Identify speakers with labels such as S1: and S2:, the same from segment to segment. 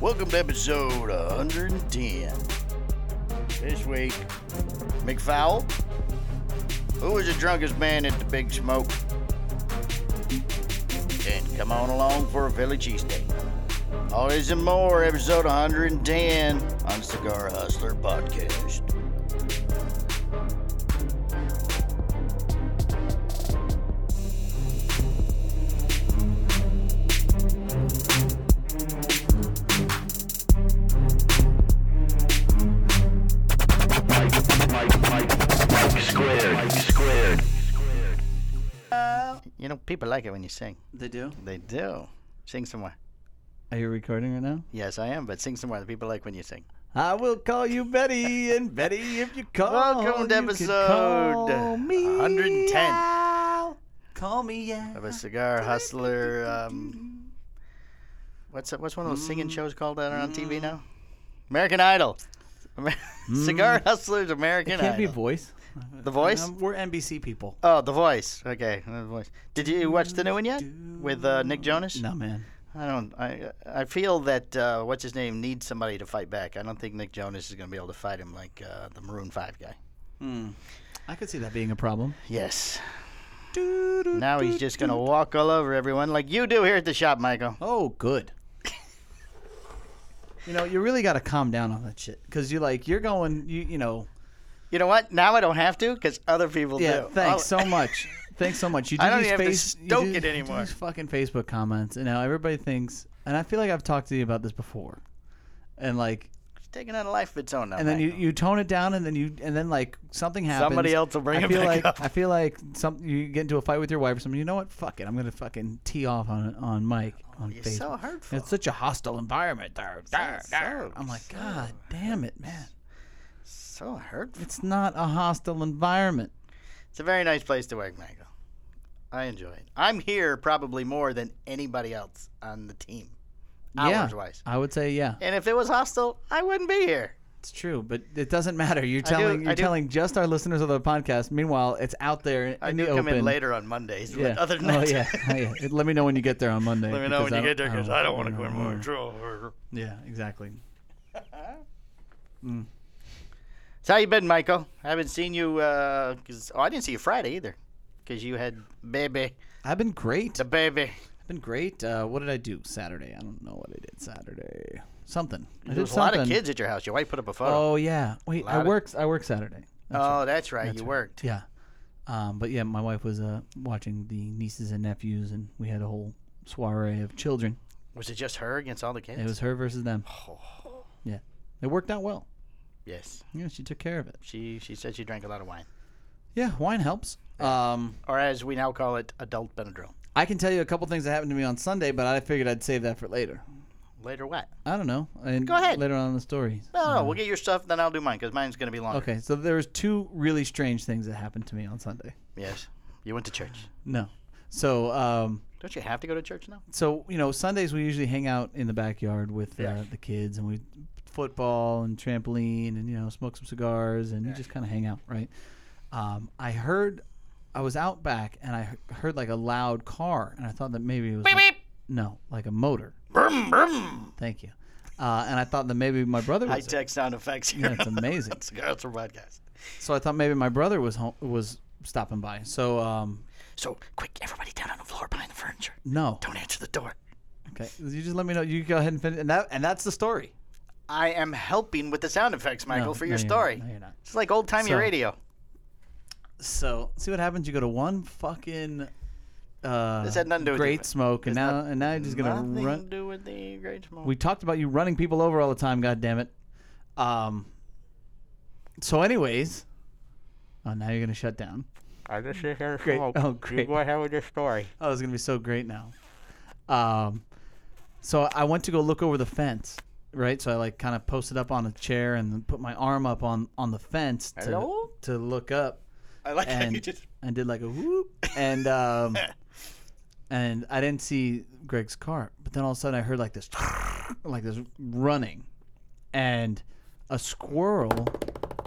S1: Welcome to episode 110. This week, McFowell. Who was the drunkest man at the Big Smoke? And come on along for a Philly cheesesteak. All this and more, episode 110 on Cigar Hustler Podcast.
S2: Squared. Squared.
S1: You know, people like it when you sing.
S3: They do.
S1: They do. Sing somewhere.
S3: Are you recording right now?
S1: Yes, I am, but sing somewhere that people like when you sing.
S3: I will call you Betty, and Betty, if you call,
S1: Welcome to
S3: you can
S1: episode
S3: call me
S1: 110.
S3: out. Call me out.
S1: Of a cigar hustler. Um, what's that, what's one of those singing shows called that are on TV now? American Idol. Amer- Cigar Hustlers American
S3: Mm. It can't be
S1: Idol.
S3: voice.
S1: the Voice.
S3: Um, we're NBC people.
S1: Oh, The Voice. Okay, The Voice. Did you watch the new one yet with uh, Nick Jonas?
S3: No man.
S1: I don't. I I feel that uh, what's his name needs somebody to fight back. I don't think Nick Jonas is going to be able to fight him like uh, the Maroon Five guy.
S3: Hmm. I could see that being a problem.
S1: Yes.
S3: Doo-doo.
S1: Now he's just going to walk all over everyone like you do here at the shop, Michael.
S3: Oh, good. you know, you really got to calm down on that shit, because you're like, you're going, you, you know.
S1: You know what? Now I don't have to because other people
S3: Yeah,
S1: do.
S3: thanks
S1: Oh,
S3: so much. Thanks so much. You do
S1: I don't
S3: these
S1: even have to
S3: face, you
S1: stoke
S3: do-
S1: it
S3: you
S1: anymore.
S3: Do these fucking Facebook comments, and now everybody thinks. And I feel like I've talked to you about this before, and like,
S1: It's taking on a life of its own now.
S3: and then you,
S1: Michael.
S3: you tone it down, and then you and then like something happens.
S1: Somebody else will bring
S3: I
S1: it
S3: feel
S1: back
S3: like
S1: up.
S3: I feel like some you get into a fight with your wife or something. You know what? Fuck it. I'm gonna fucking tee off on on Mike on
S1: Oh, You're
S3: Facebook.
S1: so hurtful.
S3: It's such a hostile environment. Dar, dar, dar. I'm like, God damn it, man!
S1: so hurtful.
S3: It's not a hostile environment.
S1: It's a very nice place to work, Michael. I enjoy it. I'm here probably more than anybody else on the team, hours
S3: yeah,
S1: wise.
S3: I would say yeah.
S1: And if it was hostile, I wouldn't be here.
S3: It's true, but it doesn't matter. You're telling
S1: do- I
S3: you're
S1: do-
S3: telling just our listeners of the podcast. Meanwhile, it's out there in
S1: I
S3: the
S1: do
S3: open.
S1: come in later on Mondays,
S3: Yeah.
S1: but other than
S3: oh
S1: that,
S3: yeah. Oh, yeah. It- Let me know when you get there on Monday.
S1: let me know when you
S3: because
S1: get there because I don't want to go
S3: know
S1: in
S3: when
S1: more
S3: we're-
S1: trouble.
S3: Yeah, exactly.
S1: So how you been, Michael? I haven't seen you because oh, I didn't see you Friday either because you had baby,
S3: I've been great.
S1: the baby.
S3: I've been great. Uh, what did I do Saturday? I don't know what I did Saturday. Something. I
S1: There
S3: did
S1: was a lot of
S3: something.
S1: kids at your house. Your wife put up a photo.
S3: Oh yeah. Wait,
S1: lot
S3: I
S1: of-
S3: worked. I worked Saturday. That's
S1: oh, that's right. you worked.
S3: Yeah. Um, but yeah, my wife was uh, watching the nieces and nephews, and we had a whole soiree of children.
S1: Was it just her against all the kids? Oh,
S3: It was her versus them. Yeah. It worked out well.
S1: Yes.
S3: Yeah, she took care of it.
S1: She she said she drank a lot of wine,
S3: Yeah, wine helps. Um,
S1: or as we now call it, adult Benadryl.
S3: I can tell you a couple things that happened to me on Sunday, but I figured I'd save that for later.
S1: Later, what?
S3: I don't know. And
S1: Go ahead.
S3: Later on in the story.
S1: No, no, we'll get your stuff, then I'll do mine because mine's gonna be longer.
S3: Mm. Okay, so there was two really strange things that happened to me on Sunday.
S1: Yes. You went to church.
S3: No. So, um,
S1: Don't you have to go to church now?
S3: so you know, Sundays we usually hang out in the backyard with uh,
S1: Yeah.
S3: the kids, and we football and trampoline, and you know, smoke some cigars, and you just kind of hang out, right? Um, I heard, I was out back, and I he- heard like a loud car, and I thought that maybe it was my- no, like a motor.
S1: Brum, brum.
S3: Thank you. Uh, and I thought that maybe my brother
S1: High
S3: was. there.
S1: tech sound effects here.
S3: That's amazing.
S1: That's Girls for podcast.
S3: So I thought maybe my brother was home, was stopping by. So um,
S1: So quick, everybody down on the floor behind the furniture.
S3: no.
S1: Don't answer the door.
S3: Okay. You just let me know. You go ahead and finish. And that and that's the story.
S1: I am helping with the sound effects, Michael,
S3: No,
S1: for
S3: no,
S1: your
S3: you're not.
S1: story.
S3: No, you're not.
S1: It's like old timey
S3: So-
S1: radio.
S3: So see what happens. You go to one fucking. Uh,
S1: This had nothing to do with you.
S3: great smoke, and now and now you're just gonna
S1: Nothing
S3: run.
S1: to do with the great smoke.
S3: We talked about you running people over all the time. God damn it. Um. So, anyways, oh now you're gonna shut down.
S2: I just sit here and
S3: Great.
S2: smoke.
S3: Oh, great.
S2: You go ahead with your story.
S3: Oh, it's gonna be so great now. Um, so I went to go look over the fence, right? So I like kind of posted up on a chair and then put my arm up on on the fence to
S1: Hello?
S3: to look up
S1: I like how you
S3: and
S1: just.
S3: and did like a whoop and um and I didn't see Greg's car, but then all of a sudden I heard like this like this running, and a squirrel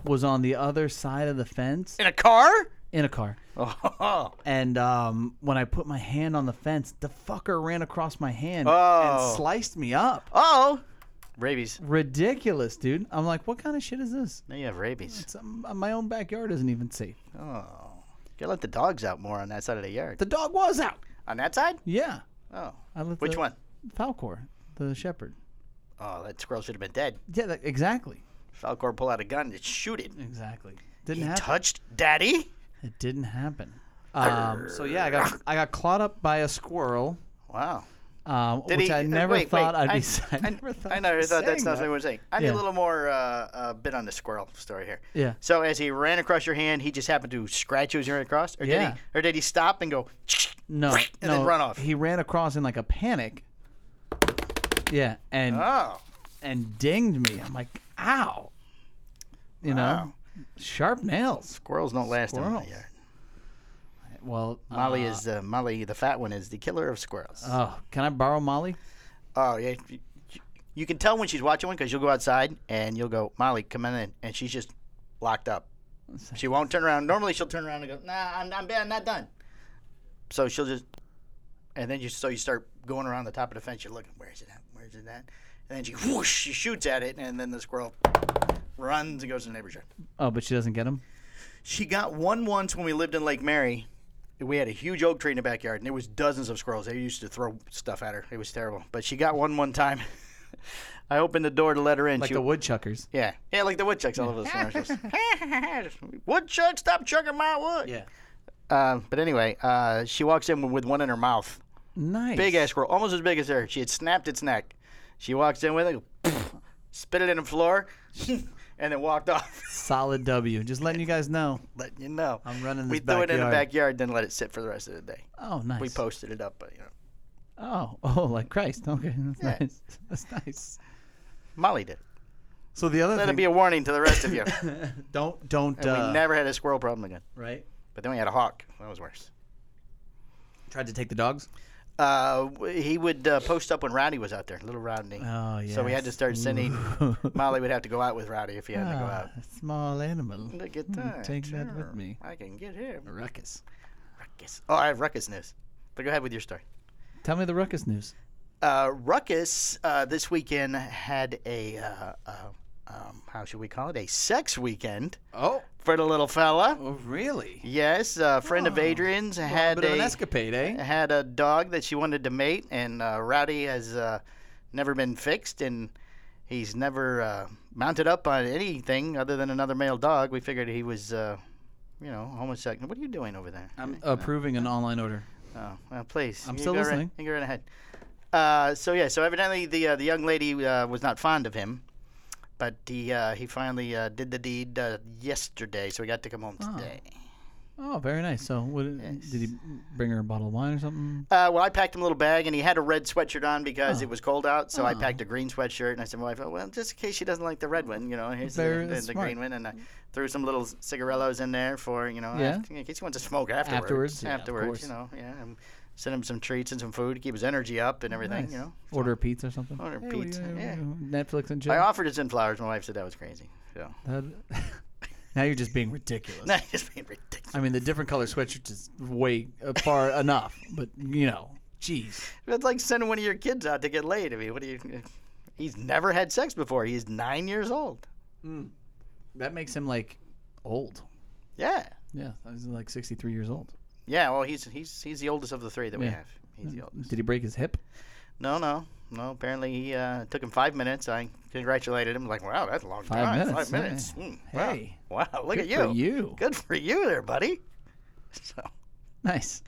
S3: was on the other side of the fence
S1: In a car?
S3: in a car.
S1: Oh.
S3: And um, when I put my hand on the fence, the fucker ran across my hand
S1: Oh.
S3: and sliced me up.
S1: Oh. rabies.
S3: ridiculous, dude. I'm like, what kind of shit is this?
S1: Now you have rabies.
S3: It's, um, my own backyard isn't even safe.
S1: Oh, gotta let the dogs out more on that side of the yard.
S3: The dog was out.
S1: on that side?
S3: Yeah.
S1: Oh,
S3: I let
S1: which
S3: the-
S1: one?
S3: Falcor, the shepherd.
S1: Oh, that squirrel should have been dead.
S3: Yeah, that, exactly.
S1: Falcor pull out a gun and shoot it.
S3: Exactly.
S1: He
S3: Didn't happen.
S1: touched Daddy.
S3: it didn't happen. Um, so yeah, I got I got clawed up by a squirrel,
S1: Wow.
S3: um,
S1: Did
S3: which
S1: he-
S3: I
S1: uh,
S3: never
S1: wait,
S3: thought
S1: wait,
S3: I'd
S1: I-
S3: be. I, never thought.
S1: I know. I
S3: I'd be
S1: thought that's
S3: saying
S1: not
S3: that.
S1: what I was saying. I need
S3: Yeah.
S1: a little more uh, uh, bit on the squirrel story here.
S3: Yeah.
S1: So as he ran across your hand, he just happened to scratch you as you ran across, or
S3: Yeah. Mm.
S1: did he? Or did he stop and go?
S3: No.
S1: and
S3: no.
S1: then run off.
S3: He ran across in like a panic. Yeah, and
S1: Oh,
S3: and dinged me. I'm like, ow. You know,
S1: Wow.
S3: sharp nails.
S1: squirrels don't last in my
S3: Squirrels.
S1: yard.
S3: Well,
S1: Molly
S3: uh,
S1: is uh, Molly, the fat one, is the killer of squirrels.
S3: Oh, can I borrow Molly?
S1: oh yeah, you, you can tell when she's watching one because you'll go outside and you'll go, Molly, come on in, and she's just locked up. She won't turn around. Normally she'll turn around and go, Nah, I'm I'm, I'm not done. So she'll just, and then you so you start going around the top of the fence. You're looking, where's it at? Where's it at? And then she whoosh, she shoots at it, and then the squirrel runs and goes to the neighbor's yard.
S3: Oh, but she doesn't get him.
S1: She got one once when we lived in Lake Mary. We had a huge oak tree in the backyard, and there was dozens of squirrels. They used to throw stuff at her. It was terrible. But she got one one time. I opened the door to let her in.
S3: Like
S1: she,
S3: the woodchuckers.
S1: yeah, yeah, like the woodchucks. All of us. Woodchuck, stop chugging my wood.
S3: Yeah.
S1: Uh, but anyway, uh, she walks in with one in her mouth.
S3: Nice.
S1: Big ass squirrel, almost as big as her. She had snapped its neck. She walks in with it, spit it in the floor, and then walked off.
S3: Solid W. Just letting you guys know.
S1: letting you know.
S3: I'm running
S1: we
S3: this
S1: threw it in the
S3: backyard.
S1: backyard, then let it sit for the rest of the day.
S3: Oh, nice.
S1: We posted it up, but you know,
S3: Oh, oh, like Christ. Okay, that's
S1: Yeah.
S3: nice. That's nice.
S1: Molly did. it.
S3: So the other
S1: Let it
S3: thing,
S1: be a warning to the rest of you.
S3: don't don't
S1: And
S3: uh,
S1: we never had a squirrel problem again.
S3: right.
S1: But then we had a hawk. That was worse.
S3: Tried to take the dogs.
S1: Uh, w- he would uh, post up when Rowdy was out there, little Rodney.
S3: Oh yeah.
S1: So we had to start sending. Molly would have to go out with Rowdy if he had to go out.
S3: small animal.
S1: Look at
S3: Ah. Hmm,
S1: that.
S3: Take that with
S1: Sure.
S3: me.
S1: I can get him.
S3: Ruckus.
S1: Ruckus. Oh, I have ruckus news. But go ahead with your story.
S3: Tell me the ruckus news.
S1: Uh, ruckus uh, this weekend had a uh, uh, um, how should we call it? A sex weekend
S3: Oh,
S1: for the little fella.
S3: oh really?
S1: Yes, a friend of Adrian's had
S3: bit of an
S1: a
S3: escapade, eh?
S1: had a dog that she wanted to mate, and uh, Rowdy has uh, never been fixed, and he's never uh, mounted up on anything other than another male dog. We figured he was, uh, you know, homosexual. What are you doing over there?
S3: I'm approving an online order.
S1: Oh, well, please.
S3: I'm
S1: you
S3: still
S1: go right-
S3: listening.
S1: you go right ahead. Uh, so yeah, so evidently the uh, the young lady uh, was not fond of him, but he uh, he finally uh, did the deed uh, yesterday, so he got to come home today.
S3: Oh, very nice. So, what, did he bring her a bottle of wine or something?
S1: Uh, well, I packed him a little bag, and he had a red sweatshirt on because it was cold out. So I packed a green sweatshirt, and I said, "Well, I thought, well, just in case she doesn't like the red one, you know, here's the,
S3: Very
S1: the, the
S3: smart.
S1: green one." And I threw some little cigarillos in there for you know,
S3: Yeah.
S1: after, in case he wants to smoke afterwards.
S3: Afterwards, yeah, of
S1: afterwards,
S3: course.
S1: you know, yeah. And sent him some treats and some food to keep his energy up and everything,
S3: Nice.
S1: you know.
S3: Order a pizza or something.
S1: Order a
S3: Hey, what do
S1: pizza,
S3: you-
S1: yeah.
S3: Netflix and chill.
S1: I offered to send flowers. My wife said that was crazy. So
S3: That- now you're just being ridiculous.
S1: no, just being ridiculous.
S3: I mean, the different color sweatshirts is way uh, far enough, but you know, jeez.
S1: It's like sending one of your kids out to get laid. I mean, what do you? He's never had sex before. He's nine years old. Hmm.
S3: That makes him like old.
S1: Yeah,
S3: Yeah, he's like 63 years old.
S1: yeah. Well, he's he's he's the oldest of the three that we
S3: Yeah.
S1: have. He's the oldest.
S3: Did he break his hip?
S1: No, no, no. Apparently, he uh, took him five minutes. I congratulated him. Like, wow, that's a long
S3: Five
S1: time.
S3: minutes,
S1: Five minutes.
S3: yeah.
S1: Hmm,
S3: Hey,
S1: Wow. Wow. Look
S3: good
S1: at you.
S3: for you.
S1: Good for you, there, buddy. So.
S3: Nice.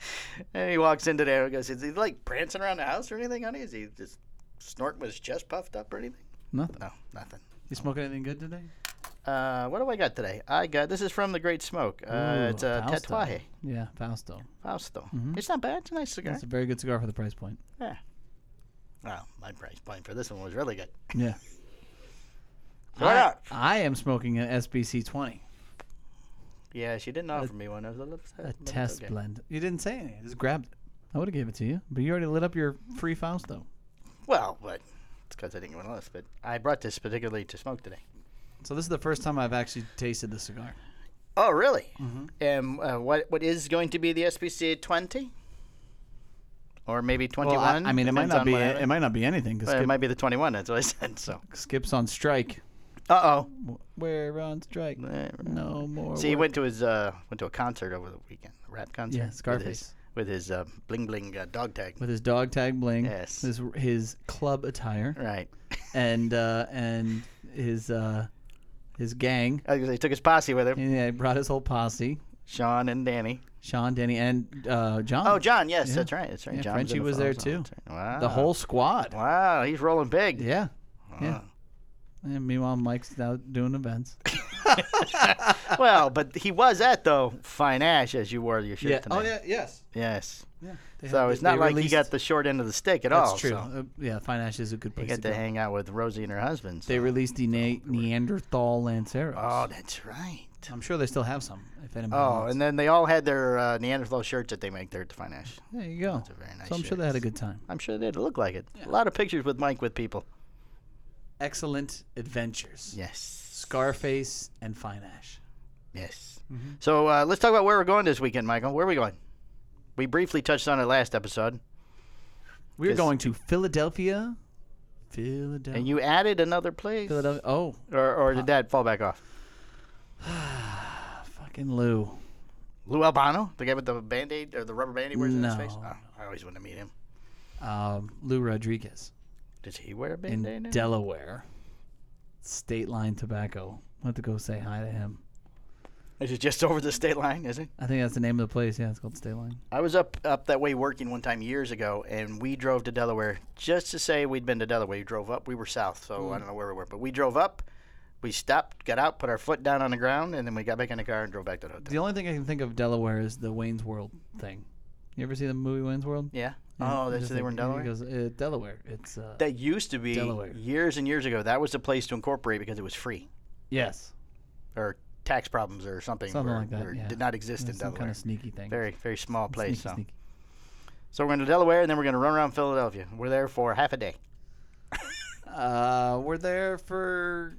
S1: And he walks into there and goes, Is he like prancing around the house or anything, honey? Is he just snorting with his chest puffed up or anything?
S3: Nothing.
S1: No, nothing.
S3: You smoking anything good today?
S1: Uh, what do I got today? I got this is from the Great Smoke. Uh,
S3: Ooh,
S1: it's a
S3: Fausto. Mm-hmm.
S1: Tatuaje
S3: Yeah, Fausto.
S1: Fausto. It's not bad. It's a nice cigar.
S3: That's a very good cigar for the price point.
S1: Yeah. Well, my price point for this one was really good.
S3: Yeah.
S1: Why not?
S3: I am smoking an SBC 20,
S1: Yeah, she didn't offer me one. I was a little upset.
S3: a
S1: but it's
S3: test
S1: okay.
S3: blend. You didn't say anything. I just grabbed it. I would have gave it to you, but you already lit up your free Fausto.
S1: Well, but it's because I didn't get one else. But I brought this particularly to smoke today.
S3: So this is the first time I've actually tasted the cigar.
S1: Oh, really? And uh, what what is going to be the SPCA 20? or maybe
S3: Well, I,
S1: 21.
S3: I mean, it might
S1: depends
S3: not
S1: on
S3: be
S1: what
S3: it,
S1: happens.
S3: might not be anything because
S1: But
S3: Skip,
S1: it might be the 21. That's what I said. So,
S3: Skip's on strike.
S1: uh
S3: We're on strike.
S1: oh.
S3: No more.
S1: See, he
S3: work.
S1: went to his uh, went to a concert over the weekend, a rap concert.
S3: Yeah,
S1: with his-
S3: Scarface.
S1: with his, uh, bling bling uh, dog tag.
S3: with his dog tag bling.
S1: Yes.
S3: His his club attire
S1: Right.
S3: and uh, and his uh, his gang.
S1: I was gonna say, he took his posse with him.
S3: And yeah, he brought his whole posse.
S1: Sean and Danny.
S3: Sean, Denny, and uh, John.
S1: Oh, John. Yes,
S3: Oh. Yeah.
S1: that's right. That's right.
S3: Yeah,
S1: John
S3: Frenchie
S1: in the
S3: was there,
S1: photo.
S3: too.
S1: That's right. Wow.
S3: the whole squad.
S1: Wow, he's rolling big.
S3: Yeah. Yeah.
S1: Wow.
S3: And meanwhile, Mike's out doing events.
S1: well, but he was at though Fine Ash as you wore your shirt tonight.
S3: Yes.
S1: Yes.
S3: Oh, Yeah. They
S1: So
S3: had-
S1: it's
S3: they
S1: not like
S3: released-
S1: he got the short end of the stick at all.
S3: That's true.
S1: Oh, so
S3: Uh, yeah, Fine Ash is a good
S1: He
S3: place
S1: got
S3: to
S1: to
S3: go.
S1: hang out with Rosie and her husband. so-
S3: They released the ne- Neanderthal Lanceros.
S1: oh, that's right.
S3: I'm sure they still have some. If anybody
S1: Oh,
S3: wants.
S1: and then they all had their uh, Neanderthal shirts that they make there at the Fine Ash.
S3: there you go.
S1: Those are very nice.
S3: Oh. So I'm sure they had a good time.
S1: I'm sure they did. It looked like it. A lot of pictures with Mike with people.
S3: Excellent adventures.
S1: Yes.
S3: Scarface and Fine Ash.
S1: Yes.
S3: Mm-hmm.
S1: So uh, let's talk about where we're going this weekend, Michael. Where are we going? We briefly touched on it last episode,
S3: We're
S1: Just-
S3: going to Philadelphia. Philadelphia.
S1: and you added another place.
S3: Philadelphia. Oh,
S1: Or, or did that fall back off?
S3: fucking Lou.
S1: Lou Albano, the guy with the band aid or the rubber band he wears in his face?
S3: No.
S1: Oh, I always want to meet him.
S3: Um, Lou Rodriguez
S1: Does he wear a
S3: in
S1: band aid?
S3: Delaware. State Line Tobacco. I'll have to go say hi to him.
S1: Is it just over the state line? Is it?
S3: I think that's the name of the place. Yeah, it's called State Line.
S1: I was up up that way working one time years ago, and we drove to Delaware just to say we'd been to Delaware. We drove up. We were south, so
S3: Mm.
S1: I don't know where we were, but we drove up. We stopped, got out, put our foot down on the ground, and then we got back in the car and drove back to the hotel.
S3: The only thing I can think of Delaware is the Wayne's World thing. You ever see the movie Wayne's World?
S1: Yeah.
S3: Yeah,
S1: Oh,
S3: I
S1: that's
S3: just
S1: they were in
S3: think- yeah,
S1: Delaware.
S3: He goes, uh, Delaware. It's uh,
S1: that used to be
S3: Delaware.
S1: years and years ago. That was the place to incorporate because it was free,
S3: yes,
S1: or tax problems or something,
S3: Something
S1: were-
S3: like that,
S1: were-
S3: yeah.
S1: did not exist in
S3: some
S1: Delaware.
S3: kind of sneaky thing.
S1: very very small place.
S3: sneaky,
S1: So.
S3: sneaky.
S1: so we're going to Delaware, and then we're going to run around Philadelphia. We're there for half a day.
S3: Uh, we're there for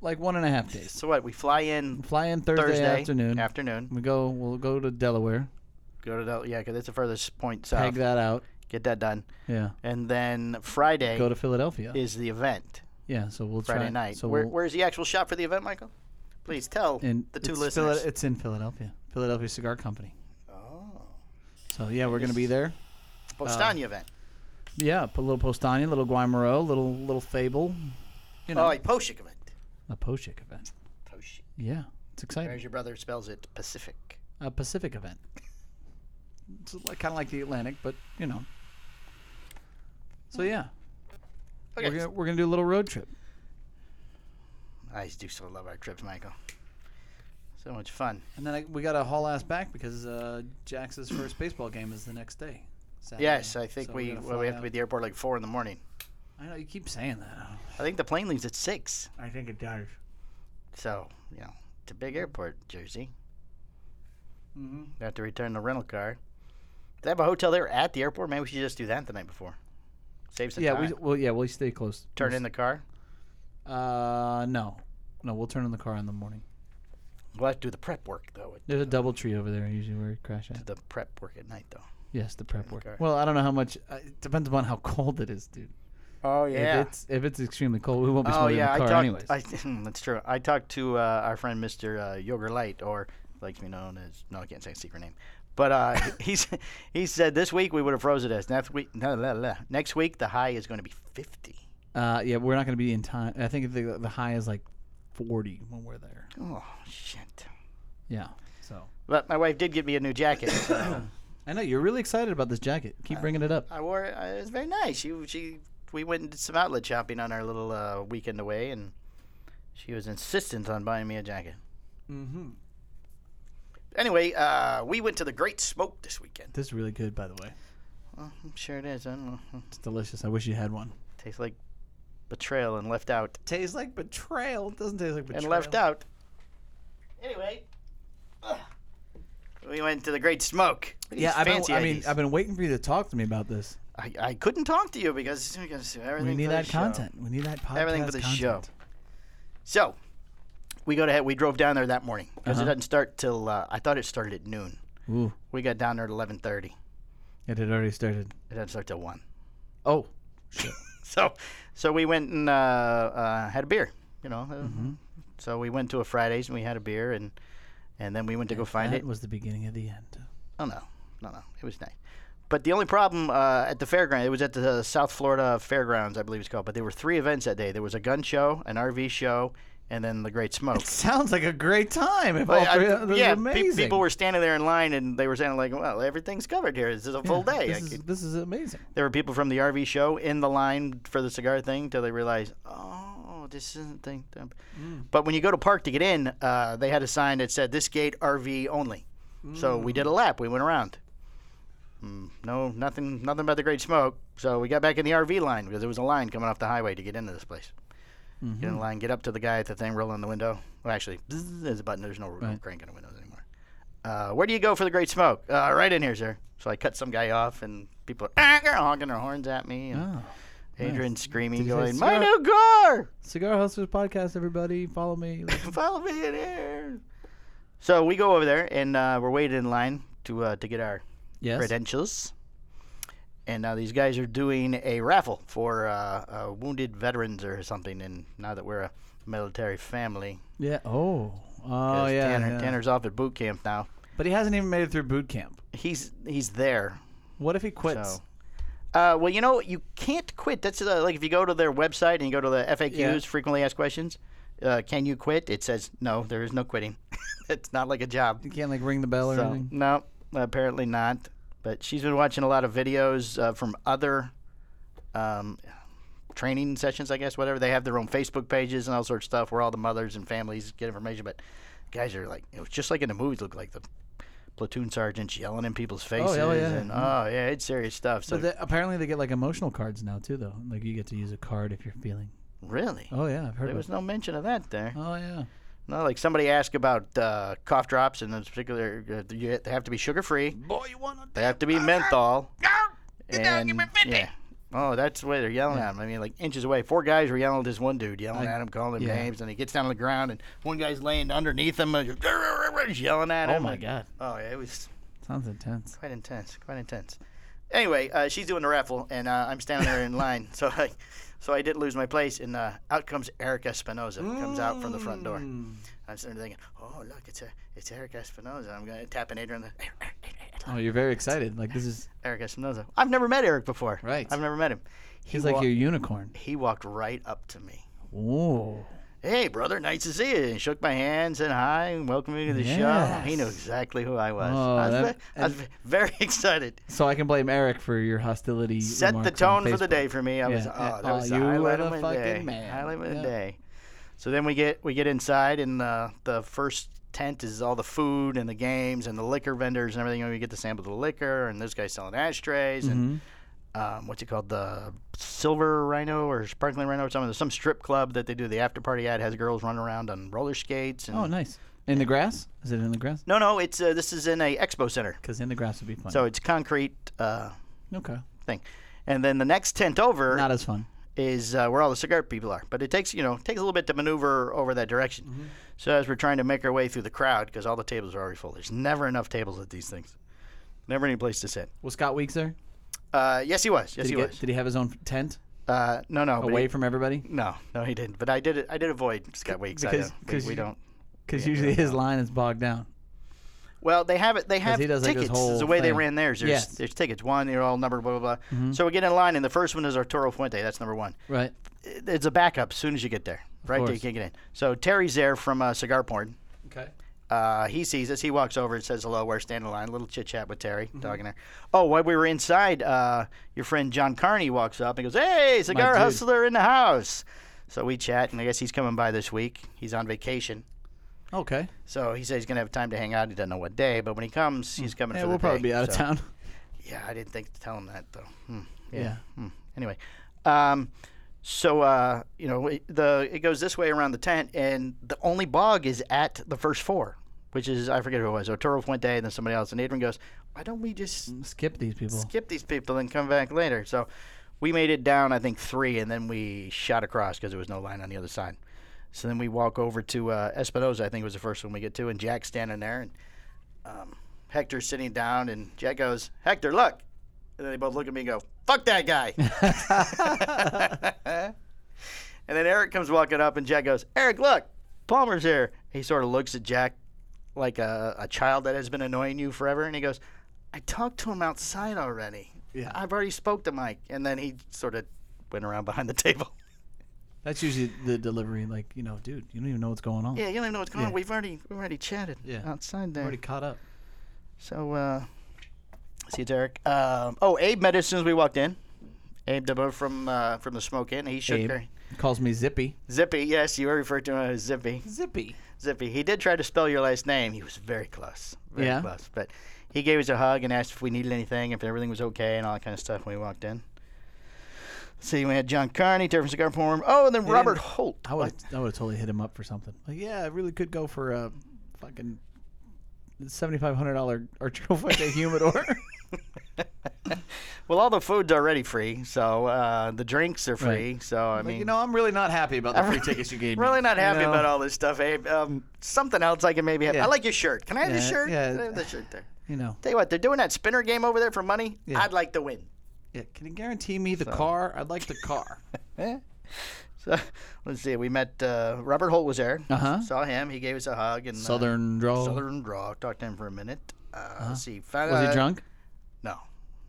S3: like one and a half days.
S1: So what? We fly in
S3: Fly in Thursday,
S1: Thursday,
S3: afternoon.
S1: Afternoon.
S3: we go. We'll go to Delaware.
S1: Go to Del- yeah, because it's the furthest point south.
S3: Peg that out.
S1: Get that done,
S3: Yeah.
S1: and then Friday
S3: Go to Philadelphia.
S1: is the event.
S3: yeah. So we'll
S1: Friday
S3: try.
S1: night.
S3: So
S1: Where,
S3: we'll,
S1: where's the actual shop for the event, Michael? Please tell
S3: in,
S1: the two
S3: it's
S1: listeners.
S3: Phila- it's in Philadelphia. Philadelphia Cigar Company.
S1: oh,
S3: So yeah, we're gonna be there. uh,
S1: Postania event.
S3: Yeah, put a little Postani, a little Guaymaro, little little Fable. You know,
S1: Oh, a Poshik event.
S3: a Poshik event.
S1: Poshik.
S3: Yeah, it's exciting.
S1: There's your brother spells it Pacific.
S3: a Pacific event. It's like, kind of like the Atlantic, but you know. So yeah,
S1: Okay.
S3: we're gonna, we're gonna do a little road trip.
S1: I do so love our trips, Michael. So much fun.
S3: And then I, we got to haul ass back because uh, Jax's first baseball game is the next day. Saturday.
S1: Yes, I think
S3: So
S1: we
S3: we're gonna
S1: well, we
S3: fly
S1: have to be at
S3: out.
S1: the airport like four in the morning.
S3: I know you keep saying that.
S1: I think the plane leaves at six.
S3: I think it does.
S1: So you know, it's a big airport, Jersey.
S3: hmm
S1: We have to return the rental car. They have a hotel there at the airport. Maybe we should just do that the night before. Save some
S3: Yeah,
S1: time.
S3: we well yeah we'll stay close.
S1: turn in the car.
S3: the. Uh no, no we'll turn in the car in the morning.
S1: We'll have to do the prep work though. at-
S3: There's a double tree over there usually where we crash at.
S1: The prep work at night though.
S3: Yes, the prep work.
S1: car.
S3: Well, I don't know how much. Uh, it depends upon how cold it is, dude.
S1: Oh
S3: If it's if it's extremely cold, we won't be
S1: Oh
S3: smoking
S1: yeah,
S3: in
S1: I
S3: the car
S1: talked.
S3: anyways.
S1: I, that's true. I talked to uh, our friend Mr. Uh, Yoger Light, or like to be known as no, I can't say his secret name. But uh, he's he said this week we would have froze it as next week. No, la, la. Next week the high is going to be fifty.
S3: Uh, yeah, we're not going to be in time. I think the the high is like 40 when we're there.
S1: Oh shit!
S3: Yeah. So
S1: But my wife did get me a new jacket. so
S3: I know you're really excited about this jacket. Keep bringing it up.
S1: I wore it. Uh, It was very nice. She she we went and did some outlet shopping on our little uh, weekend away, and she was insistent on buying me a jacket.
S3: Mm-hmm.
S1: Anyway, uh, we went to the Great Smoke this weekend.
S3: This is really good, by the way.
S1: Well, I'm sure it is. I don't know.
S3: It's delicious. I wish you had one.
S1: Tastes like betrayal and left out.
S3: Tastes like betrayal. It doesn't taste like betrayal.
S1: And left out. Anyway, ugh, we went to the Great Smoke. Look at
S3: Yeah,
S1: these
S3: I've been,
S1: fancy
S3: I mean,
S1: IDs.
S3: I've been waiting for you to talk to me about this.
S1: I, I couldn't talk to you because we got to do everything.
S3: We need
S1: for the
S3: that
S1: show.
S3: content. We need that podcast
S1: Everything for the
S3: content.
S1: show. So we go to head. We drove down there that morning because
S3: Uh-huh.
S1: it doesn't start till uh, I thought it started at noon.
S3: Ooh,
S1: We got down there at eleven thirty.
S3: It had already started.
S1: It doesn't start till one.
S3: Oh,
S1: So, so we went and uh, uh, had a beer. You know. uh,
S3: Mm-hmm.
S1: So we went to a Fridays and we had a beer and and then we went to go find
S3: that
S1: it.
S3: was the beginning of the end.
S1: Oh no, no, no. It was nice. But the only problem uh, at the fairground, it was at the uh, South Florida Fairgrounds, I believe it's called. But there were three events that day. There was a gun show, an RV show, and then the Great Smoke.
S3: Sounds like a great time. If
S1: But
S3: all three,
S1: I-
S3: that was
S1: yeah, pe-
S3: amazing.
S1: people were standing there in line, and they were saying like, "Well, everything's covered here. This is a full day." I
S3: This is,
S1: could-
S3: this is amazing.
S1: there were people from the RV show in the line for the cigar thing till they realized, "Oh, this isn't thing." done." But when you go to park to get in, uh, they had a sign that said, "This gate RV only." So we did a lap. We went around. Mm, no, nothing, nothing about the Great Smoke. So we got back in the RV line because there was a line coming off the highway to get into this place. Get
S3: Mm-hmm.
S1: in line, get up to the guy at the thing, roll in the window. Well, actually, there's a button. There's no
S3: Right.
S1: crank on the windows anymore. Uh, where do you go for the Great Smoke? Uh, right in here, sir. So I cut some guy off, and people are honking their horns at me. And
S3: Oh.
S1: Adrian screaming,
S3: Did you
S1: going,
S3: say
S1: "My
S3: cigar?"
S1: new car!
S3: Cigar Hustlers podcast, everybody. Follow me.
S1: Follow me in here." So we go over there, and uh, we're waiting in line to uh, to get our
S3: yes.
S1: credentials. And now these guys are doing a raffle for uh, uh, wounded veterans or something. And now that we're a military family,
S3: Yeah. Oh. Oh
S1: 'cause
S3: yeah,
S1: Tanner,
S3: yeah.
S1: Tanner's off at boot camp now.
S3: But he hasn't even made it through boot camp.
S1: He's he's there.
S3: What if he quits?
S1: So, uh, well, you know, you can't quit. That's uh, like if you go to their website and you go to the FAQs,
S3: Yeah.
S1: frequently asked questions. Uh, can you quit? It says no. There is no quitting. it's not like a job.
S3: He can't like ring the bell or
S1: So,
S3: anything.
S1: no, apparently not. But she's been watching a lot of videos uh, from other um, training sessions, I guess, whatever. They have their own Facebook pages and all sorts of stuff where all the mothers and families get information. But guys are like, it was just like in the movies, look like the platoon sergeants yelling in people's faces.
S3: hell yeah. Mm-hmm.
S1: And oh, yeah, it's serious stuff. So,
S3: But they, apparently they get like emotional cards now too, though. Like you get to use a card if you're feeling.
S1: really?
S3: Oh yeah, I've heard
S1: There
S3: about.
S1: was no mention of that there.
S3: Oh yeah.
S1: No, like somebody asked about uh, cough drops, and in particular, uh, do you, they have to be sugar free.
S3: Boy, you want to?
S1: They have to be menthol. and, yeah. Oh, that's the way they're yelling at him. I mean, like inches away. Four guys were yelling at this one dude, yelling at him, calling him
S3: yeah.
S1: names, and he gets down on the ground, and one guy's laying underneath him, and he's yelling at him.
S3: Oh my
S1: and-
S3: god,
S1: Oh, yeah, it was
S3: sounds intense.
S1: quite intense, quite intense. Anyway, uh, she's doing the raffle, and uh, I'm standing there in line, so I, so I did lose my place, and uh, out comes Erica Espinoza, comes out from the front door.
S3: Mm.
S1: I'm sitting there thinking, oh look, it's a, it's Erica Espinoza. I'm gonna tap an Adrian. on the-
S3: Oh, you're very excited. Like this is.
S1: Eric Espinoza. I've never met Eric before.
S3: Right.
S1: I've never met him. He
S3: He's like
S1: wa-
S3: your unicorn.
S1: He walked right up to me.
S3: Whoa.
S1: Hey, brother, nice to see you. And shook my hand, said hi, and welcomed me to the
S3: Yes.
S1: show. He knew exactly who I was.
S3: Oh,
S1: I, was
S3: that-
S1: ve- I was ve- very excited.
S3: So I can blame Eric for your hostility.
S1: Set the
S3: remarks on
S1: tone for the
S3: Facebook.
S1: day for me. I was,
S3: Yeah.
S1: oh, that
S3: Oh,
S1: was the
S3: you were
S1: highlight
S3: the
S1: of my
S3: fucking
S1: day.
S3: man.
S1: Highlight of the
S3: Yeah.
S1: day. So then we get we get inside, and uh, the first tent is all the food and the games and the liquor vendors and everything. And we get to sample the liquor, and this guy's selling ashtrays and
S3: Mhm.
S1: um, what's it called, the Silver Rhino or Sparkling Rhino or something. There's some strip club that they do the after party at has girls running around on roller skates. And
S3: Oh, nice. In the grass? Is it in the grass?
S1: no, no, it's uh, this is in a expo center,
S3: Because in the grass would be fun.
S1: so it's concrete uh,
S3: okay,
S1: thing. And then the next tent over
S3: not as fun.
S1: is uh, where all the cigar people are, but it takes you know it takes a little bit to maneuver over that direction.
S3: Mm-hmm.
S1: So as we're trying to make our way through the crowd, because all the tables are already full, there's never enough tables at these things, never any place to sit.
S3: Was Scott Weeks there?
S1: Uh, yes, he was. Yes,
S3: Did
S1: he,
S3: he, get,
S1: was.
S3: did he have his own tent
S1: Uh, no, no, but he-
S3: away from everybody?
S1: No, no, he didn't. But I did. I did avoid Scott Weeks. I
S3: because-
S1: don't-
S3: because
S1: we, we
S3: you-
S1: don't.
S3: Because
S1: Yeah,
S3: usually his line is bogged down.
S1: Well, they have it. They have
S3: he does, like, this
S1: tickets. It's the
S3: whole
S1: way they
S3: thing.
S1: ran theirs. There's,
S3: Yes. Mm-hmm.
S1: there's tickets. One, they're all numbered. Blah blah blah. So we get in line, and the first one is Arturo Fuente. That's number one.
S3: Right.
S1: It- It's a backup as soon as you get there. Right there, you
S3: course.
S1: can't get in. So Terry's there from uh, Cigar Porn.
S3: Okay.
S1: Uh, he sees us. He walks over and says hello. We're standing in line. A little chit chat with Terry,
S3: Mm-hmm.
S1: talking there. Oh, while we were inside, uh, your friend John Carney walks up and goes, "Hey, cigar
S3: dude.
S1: hustler in the house." So we chat, and I guess he's coming by this week. He's on vacation.
S3: Okay.
S1: So he says he's gonna have time to hang out. He doesn't know what day, but when he comes, he's coming.
S3: Hmm. Yeah,
S1: for
S3: we'll
S1: the
S3: probably
S1: day.
S3: be out of
S1: So-
S3: town.
S1: Yeah, I didn't think to tell him that though. Hmm. Yeah.
S3: Yeah.
S1: Hmm. Anyway, um, so uh, you know it- the it goes this way around the tent, and the only bog is at the first four, which is I forget who it was. Otero Fuente, and then somebody else. And Adrian goes, "Why don't we just
S3: Skip these people.
S1: skip these people and come back later?" So we made it down, I think three, and then we shot across because there was no line on the other side. So then we walk over to uh, Espinosa, I think was the first one we get to, and Jack's standing there, and um, Hector's sitting down, and Jack goes, Hector, look, And then they both look at me and go, fuck that guy. and then Eric comes walking up, and Jack goes, Eric, look, Palmer's here. He sort of looks at Jack like a, a child that has been annoying you forever, and he goes, I talked to him outside already.
S3: Yeah.
S1: I've already spoke to Mike. And then he sort of went around behind the table.
S3: That's usually the delivery. Like, you know, dude, you don't even know what's going on.
S1: yeah, you don't even know what's going on.
S3: Yeah.
S1: We've already we've already chatted
S3: Yeah.
S1: outside there.
S3: Already caught up.
S1: So, uh, see you, Derek. Um, oh, Abe met us as soon as we walked in. Abe DeBoer from uh, from the Smoke Inn. He shook
S3: Abe.
S1: her.
S3: Calls me Zippy.
S1: Zippy, yes, you were referred to him as Zippy.
S3: Zippy.
S1: Zippy. He did try to spell your last name. He was very close. Very
S3: Yeah.
S1: close. But he gave us a hug and asked if we needed anything, if everything was okay, and all that kind of stuff when we walked in. See, we had John Carney, Turf and Cigar Forum. Oh, and then
S3: They
S1: Robert
S3: didn't-
S1: Holt.
S3: I would I would have totally hit him up for something. Like, yeah, I really could go for a fucking seventy five hundred dollar Arturo Fuente humidor.
S1: Well, all the food's already free, so uh, the drinks are free. So, I mean,
S3: you know, I'm really not happy about the free tickets you gave me.
S1: Really not
S3: You
S1: happy
S3: know?
S1: about all this stuff, Abe. Um, something else I can maybe have.
S3: Yeah.
S1: I like your shirt. Can I have your
S3: Yeah,
S1: shirt?
S3: yeah.
S1: I have the shirt there.
S3: You know,
S1: Tell you what, they're doing that spinner game over there for money.
S3: Yeah.
S1: I'd like to win.
S3: yeah. Can you guarantee me the car? I'd like the car.
S1: So let's see. We met uh, Robert Holt was there.
S3: Uh-huh.
S1: Saw him. He gave us a hug and uh,
S3: Southern draw.
S1: Southern draw. Talked to him for a minute. Uh, Let's see. Found
S3: Was
S1: out-
S3: he drunk? Ah.
S1: No.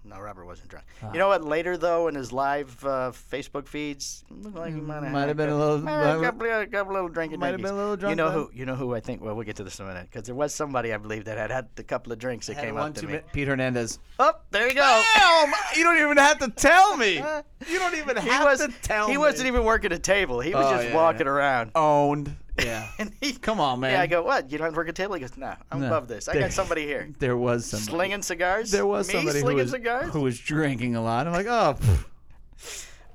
S1: No, Robert wasn't drunk. You know what? Later, though, in his live uh, Facebook feeds, looked like he might have
S3: Mm, Might
S1: had
S3: have been a little-
S1: might have had a
S3: might-
S1: couple, a couple little drinking.
S3: might have been a little drunk
S1: You know
S3: then.
S1: who? You know who? I think. Well, we'll get to this in a minute because there was somebody I believe that had had a couple of drinks that
S3: Had
S1: came
S3: one
S1: up to
S3: too
S1: me.
S3: many- Pete Hernandez.
S1: Oh, there you go.
S3: Damn! You don't even have to tell me. You don't even
S1: He
S3: have
S1: was.
S3: to tell me.
S1: He wasn't even working a table. He was
S3: Oh,
S1: just
S3: yeah,
S1: walking
S3: yeah.
S1: around.
S3: owned. Yeah.
S1: And he,
S3: Come on, man.
S1: Yeah, I go. What? You don't have to work a table? He goes, Nah, I'm
S3: No.
S1: above this. I
S3: There-
S1: got somebody here
S3: There was somebody.
S1: slinging cigars.
S3: There was
S1: me
S3: somebody who
S1: slinging
S3: was,
S1: cigars.
S3: who was drinking a lot. I'm like, oh, pff.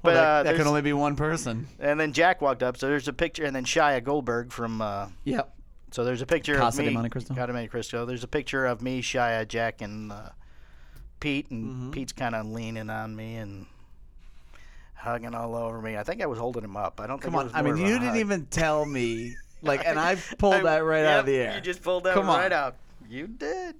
S1: But,
S3: Well, that,
S1: uh,
S3: that can
S1: there's-
S3: only be one person.
S1: And then Jack walked up. So there's a picture. And then Shia Goldberg from. Uh,
S3: Yep.
S1: so there's a picture
S3: Casa
S1: of
S3: de
S1: me.
S3: Monte Cristo?
S1: Casa de Monte Cristo. There's a picture of me, Shia, Jack, and uh, Pete. And
S3: Mm-hmm.
S1: Pete's kind of leaning on me and hugging all over me. I think I was holding him up. I don't
S3: Come
S1: think. it
S3: on.
S1: was
S3: I
S1: more
S3: mean,
S1: of a
S3: you didn't
S1: hug.
S3: even tell me. Like, and I
S1: I-
S3: pulled that right out of the
S1: yep,
S3: air.
S1: You just pulled that
S3: Come on.
S1: right out. You did.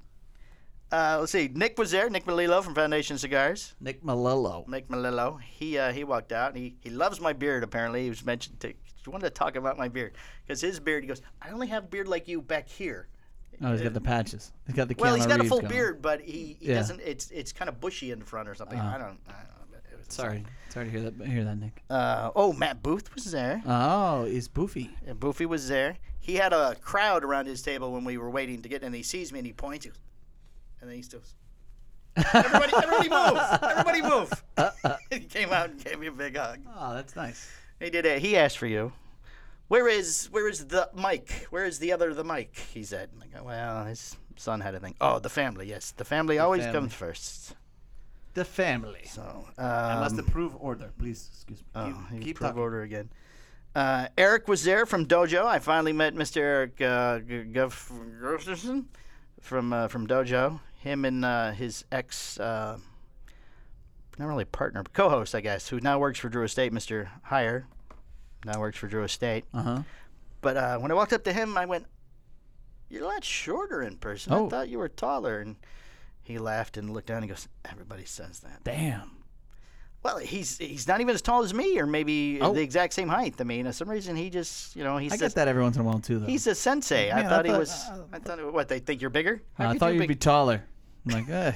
S1: Uh, let's see. Nick was there. Nick Melillo from Foundation Cigars.
S3: Nick Malillo.
S1: Nick Melillo. He uh, he walked out and he, he loves my beard. Apparently, he was mentioned to he wanted to talk about my beard because his beard. He goes, I only have beard like you back here.
S3: Oh, he's got the patches. He's got the
S1: Well, he's
S3: Keanu
S1: got a
S3: Reeves
S1: full
S3: going.
S1: beard, but he, he
S3: Yeah. Uh-huh.
S1: doesn't. It's it's kind of bushy in front or something. I don't. I don't know. It was-
S3: Sorry. Sorry to hear that, hear that, Nick.
S1: Uh, oh, Matt Booth was there.
S3: Oh, he's boofy.
S1: And Boofy was there. He had a crowd around his table when we were waiting to get in. And he sees me and he points. He goes, and then he still. Everybody, everybody move! Everybody move! he came out and gave me a big hug.
S3: Oh, that's nice.
S1: He did it. He asked for you. Where is where is the mic? Where is the other the mic? He said. And I go, well, his son had a thing. Oh, the family. Yes, the family always
S3: family.
S1: comes first.
S3: The family.
S1: So um,
S3: I must approve order, please. Excuse me.
S1: Oh,
S3: keep
S1: he
S3: keep
S1: approved
S3: talking.
S1: order again. Uh, Eric was there from Dojo. I finally met Mr. Eric uh, G- Guff- Gustafson from uh, from Dojo. Him and uh, his ex, uh, not really partner, but co-host, I guess, who now works for Drew Estate. Mr. Hire now works for Drew Estate.
S3: Uh huh.
S1: But uh, when I walked up to him, I went, "You're a lot shorter in person.
S3: Oh.
S1: I thought you were taller." And he laughed and looked down and goes, "Everybody says that."
S3: Damn.
S1: Well, he's he's not even as tall as me, or maybe
S3: Oh.
S1: the exact same height. I mean, for some reason he just you know he's
S3: I
S1: a,
S3: get that every once in a while too, though.
S1: he's a sensei. I
S3: Man, I
S1: thought he
S3: thought-
S1: was.
S3: uh,
S1: I thought what they think you're bigger. How
S3: Uh, I
S1: could
S3: thought
S1: you
S3: you'd be taller. I'm like, eh.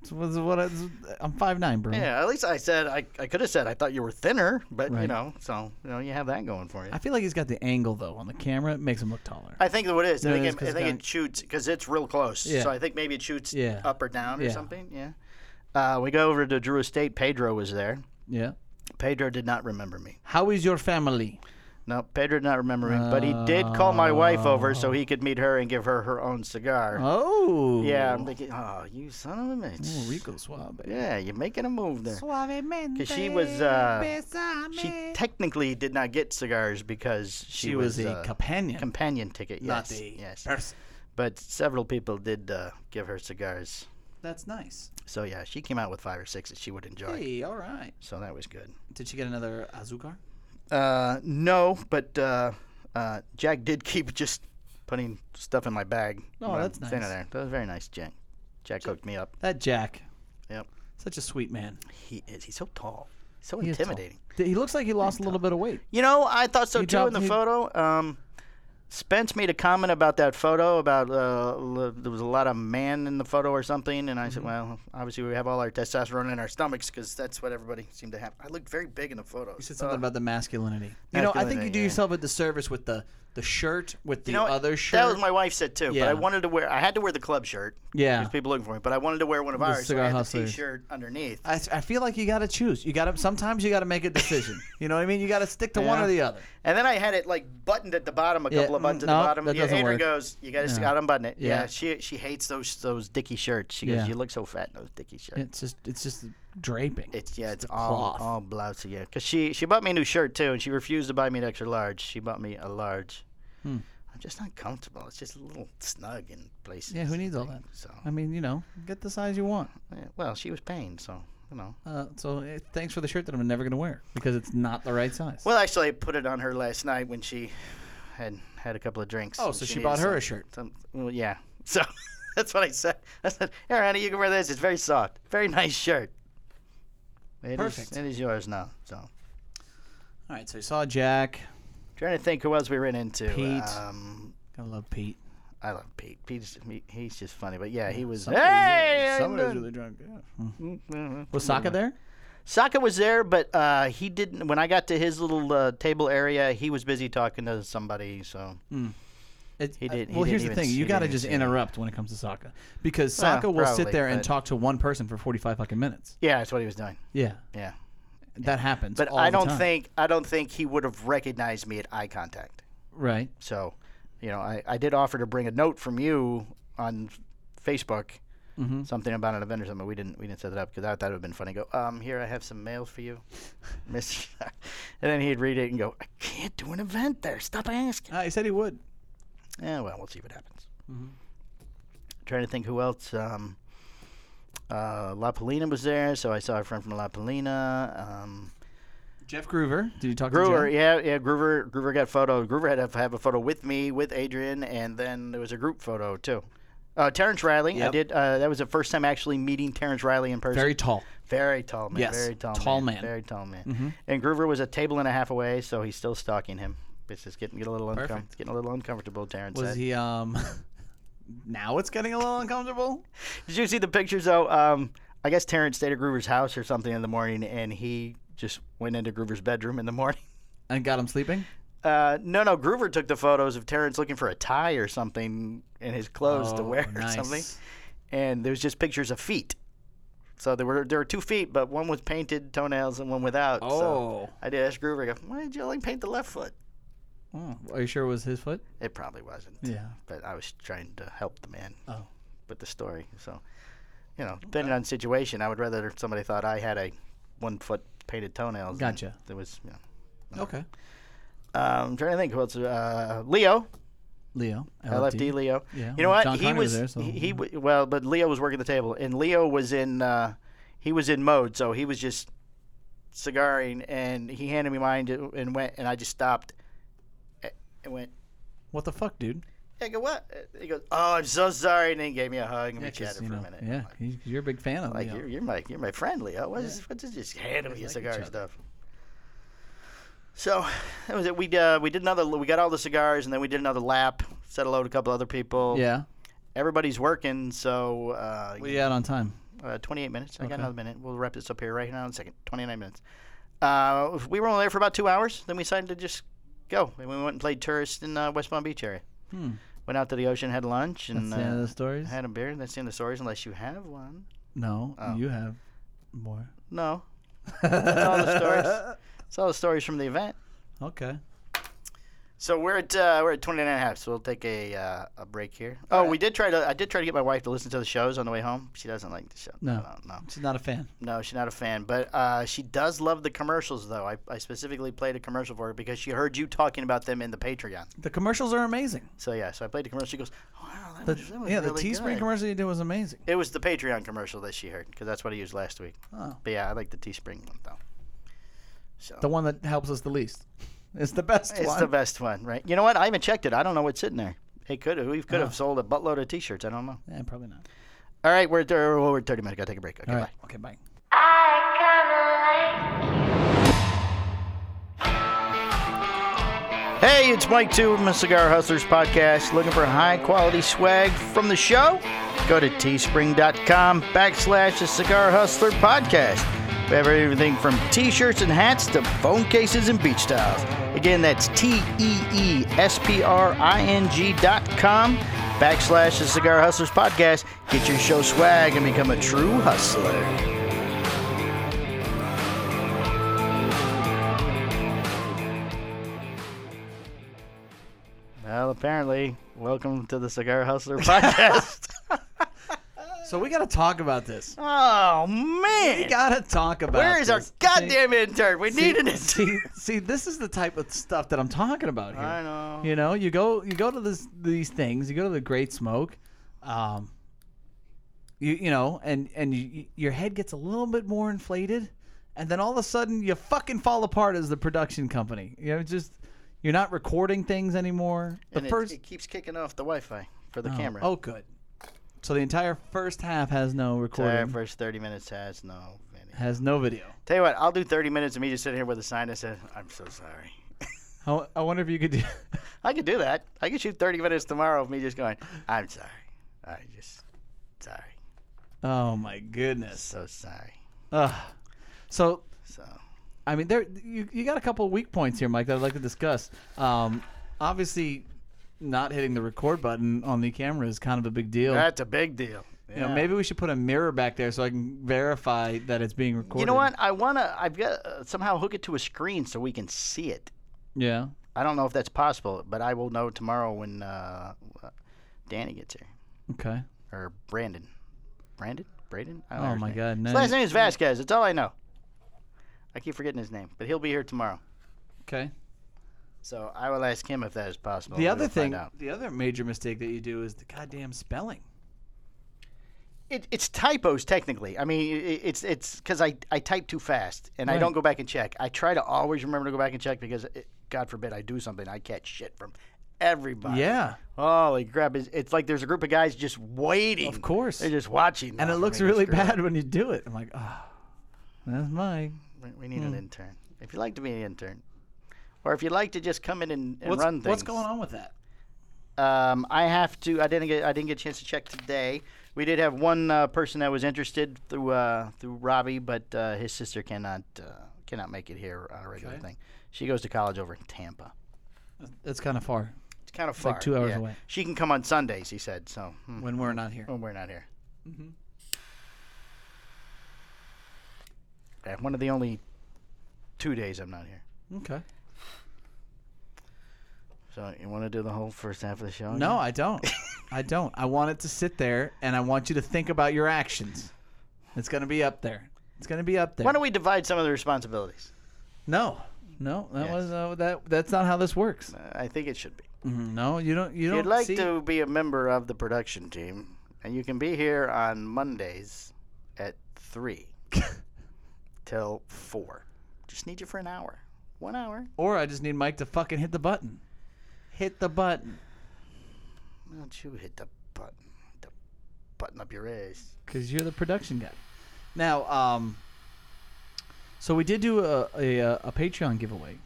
S3: it's- what's- what is- I'm five nine, bro.
S1: Yeah, at least I said I, I could have said I thought you were thinner, but you
S3: Right.
S1: know, so you know you have that going for you.
S3: I feel like he's got the angle though on the camera. It makes him look taller.
S1: I think that what it is. I
S3: No,
S1: think,
S3: it's
S1: it,
S3: 'cause
S1: I
S3: it's
S1: think
S3: kinda-
S1: it shoots because it's real close.
S3: Yeah.
S1: So I think maybe it shoots
S3: Yeah.
S1: up or down or
S3: Yeah.
S1: something. Yeah. Uh, we go over to Drew Estate. Pedro was there.
S3: yeah.
S1: Pedro did not remember me.
S3: How is your family?
S1: No, Pedro did not remember me, but he did call my wife over so he could meet her and give her her own cigar.
S3: Oh.
S1: Yeah, I'm thinking, oh, you son of a bitch.
S3: Ooh, Rico Suave.
S1: Yeah, you're making a move there.
S3: Suavemente.
S1: 'Cause she was, uh,
S3: besame.
S1: She technically did not get cigars because she,
S3: She was, a
S1: uh,
S3: companion,
S1: companion ticket. Yes,
S3: not the
S1: yes.
S3: person.
S1: But several people did uh, give her cigars.
S3: That's nice.
S1: So yeah, she came out with five or six that she would enjoy.
S3: Hey, all right.
S1: So that was good.
S3: Did she get another azucar?
S1: Uh, no, but uh, uh, Jack did keep just putting stuff in my bag.
S3: Oh,
S1: when I'm
S3: that's
S1: standing
S3: nice.
S1: There. That was very nice, Jack. Jack hooked me up.
S3: That Jack.
S1: Yep.
S3: Such a sweet man.
S1: He is. He's so tall. So
S3: He is tall.
S1: intimidating.
S3: He looks like he lost a little bit of weight.
S1: You know, I thought so
S3: He
S1: too in
S3: dropped-
S1: the
S3: he-
S1: photo. Um, Spence made a comment about that photo about uh, l- there was a lot of man in the photo or something, and I
S3: Mm-hmm.
S1: said, well, obviously we have all our testosterone in our stomachs because that's what everybody seemed to have. I looked very big in the Uh, photo.
S3: You said something about the masculinity. Uh, You know, I think you
S1: Masculinity,
S3: do
S1: yeah.
S3: yourself a disservice with the the shirt with the
S1: you know what?
S3: other shirt.
S1: That was my wife said too. But
S3: Yeah.
S1: I wanted to wear. I had to wear the club shirt.
S3: Yeah.
S1: There's people looking for me, but I wanted to wear one of ours. So
S3: cigar
S1: I had the
S3: hustlers.
S1: t-shirt underneath.
S3: I, I feel like you got to choose. You got to sometimes you got to make a decision. you know what I mean? You got to stick to one
S1: Yeah.
S3: or the other.
S1: And then I had it like buttoned at the bottom, a
S3: Yeah,
S1: couple of buttons at
S3: no,
S1: the bottom.
S3: that
S1: yeah,
S3: doesn't
S1: Adrian
S3: work.
S1: goes, "You got to unbutton it." Yeah.
S3: Yeah.
S1: she she hates those those dicky shirts. She goes,
S3: Yeah.
S1: "You look so fat in those dicky shirts."
S3: It's just it's just draping.
S1: It's yeah, it's all
S3: cloth.
S1: all blousy. Yeah, because she she bought me a new shirt too, and she refused to buy me an extra large. She bought me a large.
S3: Hmm.
S1: I'm just not comfortable. It's just a little snug in places.
S3: Yeah, who needs all
S1: and things, So
S3: I mean, you know, get the size you want.
S1: yeah, well, she was paying, so you know.
S3: Uh, so eh, thanks for the shirt that I'm never gonna wear because it's not the right size.
S1: Well, actually, I put it on her last night when she had had a couple of drinks.
S3: oh,
S1: and
S3: so she
S1: needed
S3: bought her
S1: some-
S3: a shirt.
S1: Some, well, yeah. So that's what I said. I said, "Here, honey, you can wear this. It's very soft. Very nice shirt. It is-
S3: Perfect.
S1: it is yours now." So
S3: All right, so you saw Jack.
S1: trying to think who else we ran into.
S3: Pete.
S1: Um,
S3: Gotta love Pete.
S1: I love Pete. Pete's he, he's just funny, but yeah, he was.
S3: Somebody's
S1: hey,
S3: really-
S1: how you
S3: somebody's
S1: doing?"
S3: really drunk. Yeah. Hmm.
S1: Mhm.
S3: Was Saka there?
S1: Saka was there, but uh, he didn't. When I got to his little uh, table area, he was busy talking to somebody. So
S3: It,
S1: He
S3: I-
S1: did- he
S3: well, here's
S1: didn't
S3: the
S1: even
S3: thing:
S1: s-
S3: you
S1: he
S3: got to
S1: didn't
S3: just
S1: say that.
S3: interrupt when it comes to Saka because
S1: Well,
S3: Saka will sit
S1: probably,
S3: there and
S1: but-
S3: talk to one person for 45 fucking minutes.
S1: yeah, that's what he was doing.
S3: Yeah,
S1: Yeah,
S3: that happens.
S1: but
S3: all
S1: I
S3: the
S1: don't
S3: time.
S1: think I don't think he would have recognized me at eye contact.
S3: right.
S1: So, you know, I, I did offer to bring a note from you on Facebook,
S3: Mhm.
S1: something about an event or something. We didn't we didn't set it up because I thought it would have been funny. Go, um, here I have some mail for you, Miss, and then he'd read it and go, I can't do an event there. Stop asking.
S3: Uh, he said he would.
S1: Yeah, well, we'll see what happens.
S3: Mm-hmm.
S1: Trying to think who else. Um, uh, La Polina was there, so I saw a friend from La Polina. Um,
S3: Jeff Groover. Did you talk
S1: Groover,
S3: to Jeff?
S1: yeah, yeah. Groover, Groover got photo. Groover had to have a photo with me, with Adrian, and then there was a group photo too. Uh, Terrence Riley, I
S3: Yep.
S1: did. Uh, that was the first time actually meeting Terrence Riley in person.
S3: Very tall.
S1: Very tall man.
S3: Yes,
S1: very tall,
S3: tall man. Mm-hmm.
S1: Very tall man. And Groover was a table and a half away, so he's still stalking him. It's just getting, getting a little uncom-
S3: Perfect.
S1: getting a little uncomfortable. Terrence
S3: Was
S1: said.
S3: he? Um. now it's getting a little uncomfortable.
S1: Did you see the pictures though? Um, I guess Terrence stayed at Groover's house or something in the morning, and he just went into Groover's bedroom in the morning.
S3: And got him sleeping.
S1: Uh, no, no. Groover took the photos of Terrence looking for a tie or something in his clothes to wear or
S3: Oh, nice.
S1: something, and there was just pictures of feet. So there were there were two feet, but one with painted toenails and one without. So
S3: Oh.
S1: I did ask Groover, I go, why did you only paint the left foot?
S3: Oh, Are you sure it was his foot?
S1: It probably wasn't.
S3: Yeah.
S1: But I was trying to help the man
S3: Oh.
S1: with the story. So, you know, depending on situation, I would rather somebody thought I had a one foot painted toenails. than
S3: Gotcha.
S1: There was, you know.
S3: Okay.
S1: Um, I'm trying to think who else. Uh, Leo,
S3: Leo.
S1: LFD Leo.
S3: Yeah,
S1: You know
S3: well,
S1: what?
S3: John
S1: he
S3: Carney
S1: was
S3: was there, so-
S1: he, he w- well, but Leo was working the table, and Leo was in uh, he was in mode, so he was just cigaring, and he handed me mine to- and went, and I just stopped a- and went.
S3: What the fuck, dude?
S1: I go, what? He goes, oh, I'm so sorry. And then he gave me a hug and we
S3: 'cause,
S1: chatted
S3: you
S1: for
S3: know,
S1: a minute.
S3: Yeah, he's- you're a big fan of
S1: Like,
S3: Leo.
S1: you're, you're my you're my friend, Leo. What's this what's this just handing me
S3: Guys
S1: a
S3: like
S1: cigar
S3: each other.
S1: stuff? So that was it. We uh, we did another. We got all the cigars, and then we did another lap. Said hello to a couple other people.
S3: Yeah.
S1: Everybody's working, so uh,
S3: What are you out on time?
S1: uh, 28 minutes. I got
S3: Okay.
S1: another minute. We'll wrap this up here right now in a second. 29 minutes. Uh, we were only there for about two hours. Then we decided to just go, and we went and played tourist in uh, West Palm Beach area.
S3: Hmm.
S1: Went out to the ocean, had lunch,
S3: That's
S1: and
S3: the end of
S1: uh,
S3: the stories.
S1: had a beer. That's the end of the stories, unless you have one.
S3: No,
S1: Oh.
S3: you have more.
S1: No, that's all the stories. That's all the stories from the event.
S3: Okay.
S1: So we're at uh, we're at 29 and a half, so we'll take a uh, a break here. Oh, we did try to I did try to get my wife to listen to the shows on the way home. She doesn't like the show.
S3: No.
S1: no, no,
S3: She's not a fan.
S1: no she's not a fan. But uh, she does love the commercials, though. I, I specifically played a commercial for her because she heard you talking about them in the Patreon.
S3: The commercials are amazing.
S1: So yeah, so I played the commercial. She goes, "Wow, that
S3: The,
S1: was, that was
S3: yeah,
S1: really
S3: the Teespring
S1: good."
S3: commercial you did was amazing.
S1: It was the Patreon commercial that she heard because that's what I used last week.
S3: Oh.
S1: But yeah, I like the Teespring one though. So
S3: The one that helps us the least. It's the best
S1: It's
S3: one.
S1: the best one, right? You know what? I haven't checked it. I don't know what's sitting there. It could we could have
S3: Oh.
S1: sold a buttload of T-shirts. I don't know.
S3: Yeah, Eh, probably not.
S1: All right, we're at thir- we're at thirty minutes. Gotta take a break. Okay,
S3: All
S1: bye.
S3: right. Okay, bye.
S1: it's Mike Two from the Cigar Hustlers podcast. Looking for high quality swag from the show? Go to teespring.com backslash the Cigar Hustler podcast. We have everything from t shirts and hats to phone cases and beach towels. Again, that's T E E S P R I N G dot com backslash the Cigar Hustlers podcast. Get your show swag and become a true hustler. Well, apparently, welcome to the Cigar Hustler podcast.
S3: So we got to talk about this.
S1: oh, man.
S3: We got to talk about
S1: Where is our
S3: this.
S1: goddamn intern? We
S3: See-
S1: needed it.
S3: See, see, this is the type of stuff that I'm talking about here.
S1: I know.
S3: You know, you go you go to this these things, you go to the Great Smoke, um, you you know, and and you, you- your head gets a little bit more inflated, and then all of a sudden you fucking fall apart as the production company. You know, just you're not recording things anymore. The
S1: And it,
S3: first
S1: it keeps kicking off the Wi-Fi for the
S3: oh,
S1: camera.
S3: oh, good. So the entire first half has no recording,
S1: Entire first 30 minutes has no. Video.
S3: has no video.
S1: Tell you what, I'll do 30 minutes of me just sitting here with a sign that says, "I'm so sorry."
S3: I, I wonder if you could do.
S1: I could do that. I could shoot 30 minutes tomorrow of me just going, "I'm sorry, I just sorry,
S3: oh my goodness.
S1: so sorry."
S3: Ugh. So
S1: So
S3: I mean, there you, you got a couple of weak points here, Mike, that I'd like to discuss. Um, obviously, not hitting the record button on the camera is kind of a big deal.
S1: that's a big deal.
S3: you know, Oh. maybe we should put a mirror back there so I can verify that it's being recorded.
S1: You know what? I wanna. I've got uh, somehow hook it to a screen so we can see it.
S3: Yeah.
S1: I don't know if that's possible, but I will know tomorrow when uh, Danny gets here
S3: Okay.
S1: or Brandon. Brandon? Braden? I don't know
S3: Oh
S1: his
S3: my
S1: name.
S3: God. No.
S1: His last name is Vasquez. That's all I know. I keep forgetting his name, but he'll be here tomorrow.
S3: Okay.
S1: So I will ask him if that is possible.
S3: The
S1: We
S3: other
S1: will Oh, find
S3: thing,
S1: out.
S3: the other major mistake that you do is the goddamn spelling.
S1: it, it's typos technically. I mean, it, it's it's because I, I type too fast and I
S3: Right.
S1: don't go back and check. I try to always remember to go back and check because, it, God forbid, I do something, I catch shit from everybody.
S3: Yeah.
S1: Holy crap! It's, it's like there's a group of guys just waiting.
S3: Of course.
S1: They're just watching.
S3: And
S1: now
S3: it
S1: for
S3: looks
S1: me to
S3: really
S1: screw up.
S3: bad when you do it. I'm like, oh, that's Mike.
S1: We- We
S3: Hmm.
S1: need an intern. If you'd like to be an intern, or if you'd like to just come in and, and
S3: What's,
S1: run things.
S3: what's going on with that?
S1: Um, I have to. I didn't get. I didn't get a chance to check today. We did have one uh, person that was interested through uh, through Robbie, but uh, his sister cannot uh, cannot make it here on a regular
S3: Okay.
S1: thing. She goes to college over in Tampa.
S3: That's kind of far
S1: It's kind of far.
S3: like two hours
S1: yeah.
S3: away.
S1: She can come on Sundays. He said so. hmm,
S3: when we're not here.
S1: When we're not here.
S3: Mhm.
S1: Mm-hmm. Yeah, one of the only two days I'm not here.
S3: Okay.
S1: So you want to do the whole first half of the show?
S3: No,
S1: again?
S3: I don't. I don't. I want it to sit there, and I want you to think about your actions. It's gonna be up there. It's gonna be up there.
S1: Why don't we divide some of the responsibilities?
S3: no, no, that
S1: Yes.
S3: was uh, that. That's not how this works.
S1: Uh, I think it should be.
S3: Mhm, No, you don't. You
S1: If
S3: don't.
S1: you'd like
S3: see-
S1: to be a member of the production team, and you can be here on Mondays at 3 till 4. Just need you for an hour. One hour.
S3: or I just need Mike to fucking hit the button. Hit the button,
S1: Why don't you hit the button? The button up your ass.
S3: cause you're the production guy. Now, um, so we did do a a, uh, a Patreon giveaway.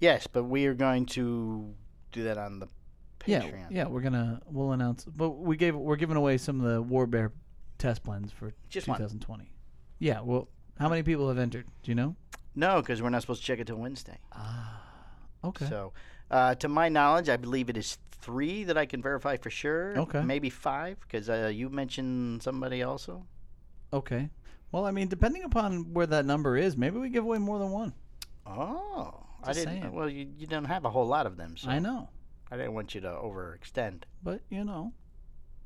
S1: Yes, but we are going to do that on the Patreon.
S3: Yeah, yeah, we're gonna we'll announce, but we gave we're giving away some of the War Bear test blends for
S1: Just one.
S3: 2020. Yeah. Well, how many people have entered? Do you know?
S1: No, because we're not supposed to check it till Wednesday.
S3: Okay.
S1: Ah, So, uh, to my knowledge, I believe it is three that I can verify for sure.
S3: Okay.
S1: Maybe five, because uh, you mentioned somebody also.
S3: okay. Well, I mean, depending upon where that number is, maybe we give away more than one.
S1: Oh, I
S3: Just
S1: didn't.
S3: saying.
S1: Well, you, you don't have a whole lot of them, so
S3: I
S1: I,
S3: know,
S1: didn't want you to overextend.
S3: but you know,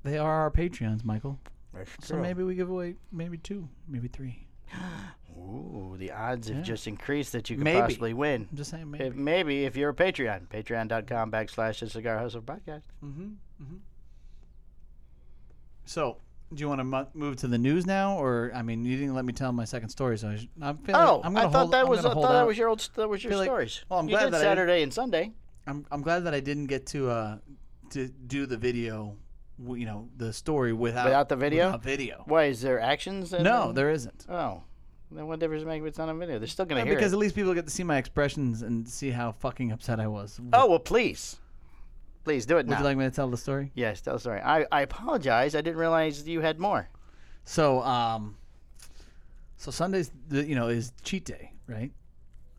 S3: they are our Patreons, Michael.
S1: That's
S3: So maybe we give away maybe two, maybe three.
S1: Ooh, the odds
S3: Yeah.
S1: have just increased that you could
S3: Maybe.
S1: possibly win.
S3: I'm just saying maybe.
S1: If, maybe if you're a Patreon, patreon.com backslash the Cigar Hustle Podcast.
S3: Mm-hmm. Mm-hmm. So. Do you want to mu- move to the news now, or I mean, you didn't let me tell my second story, so I sh- I'm feeling.
S1: oh,
S3: I'm
S1: I
S3: gonna
S1: thought
S3: hold,
S1: that
S3: I'm
S1: was
S3: gonna
S1: I
S3: hold
S1: thought that
S3: out.
S1: was your old that was your
S3: Feel like-
S1: stories.
S3: well, I'm
S1: you
S3: glad
S1: did
S3: that I-
S1: Saturday and Sunday.
S3: I'm I'm glad that I didn't get to uh to do the video, w- you know, the story without
S1: Without the video?
S3: Without video.
S1: Why is there actions? in
S3: No,
S1: them?
S3: there isn't.
S1: Oh, Then what difference does it make if it's not on video? They're still gonna
S3: Yeah,
S1: hear
S3: Uh, because
S1: it.
S3: at least people get to see my expressions and see how fucking upset I was.
S1: Oh well, please, please do it
S3: Would
S1: now.
S3: you like me to tell the story?
S1: yes, tell sorry. I I apologize. I didn't realize you had more.
S3: So, um, so Sunday's the, you know is cheat day, right?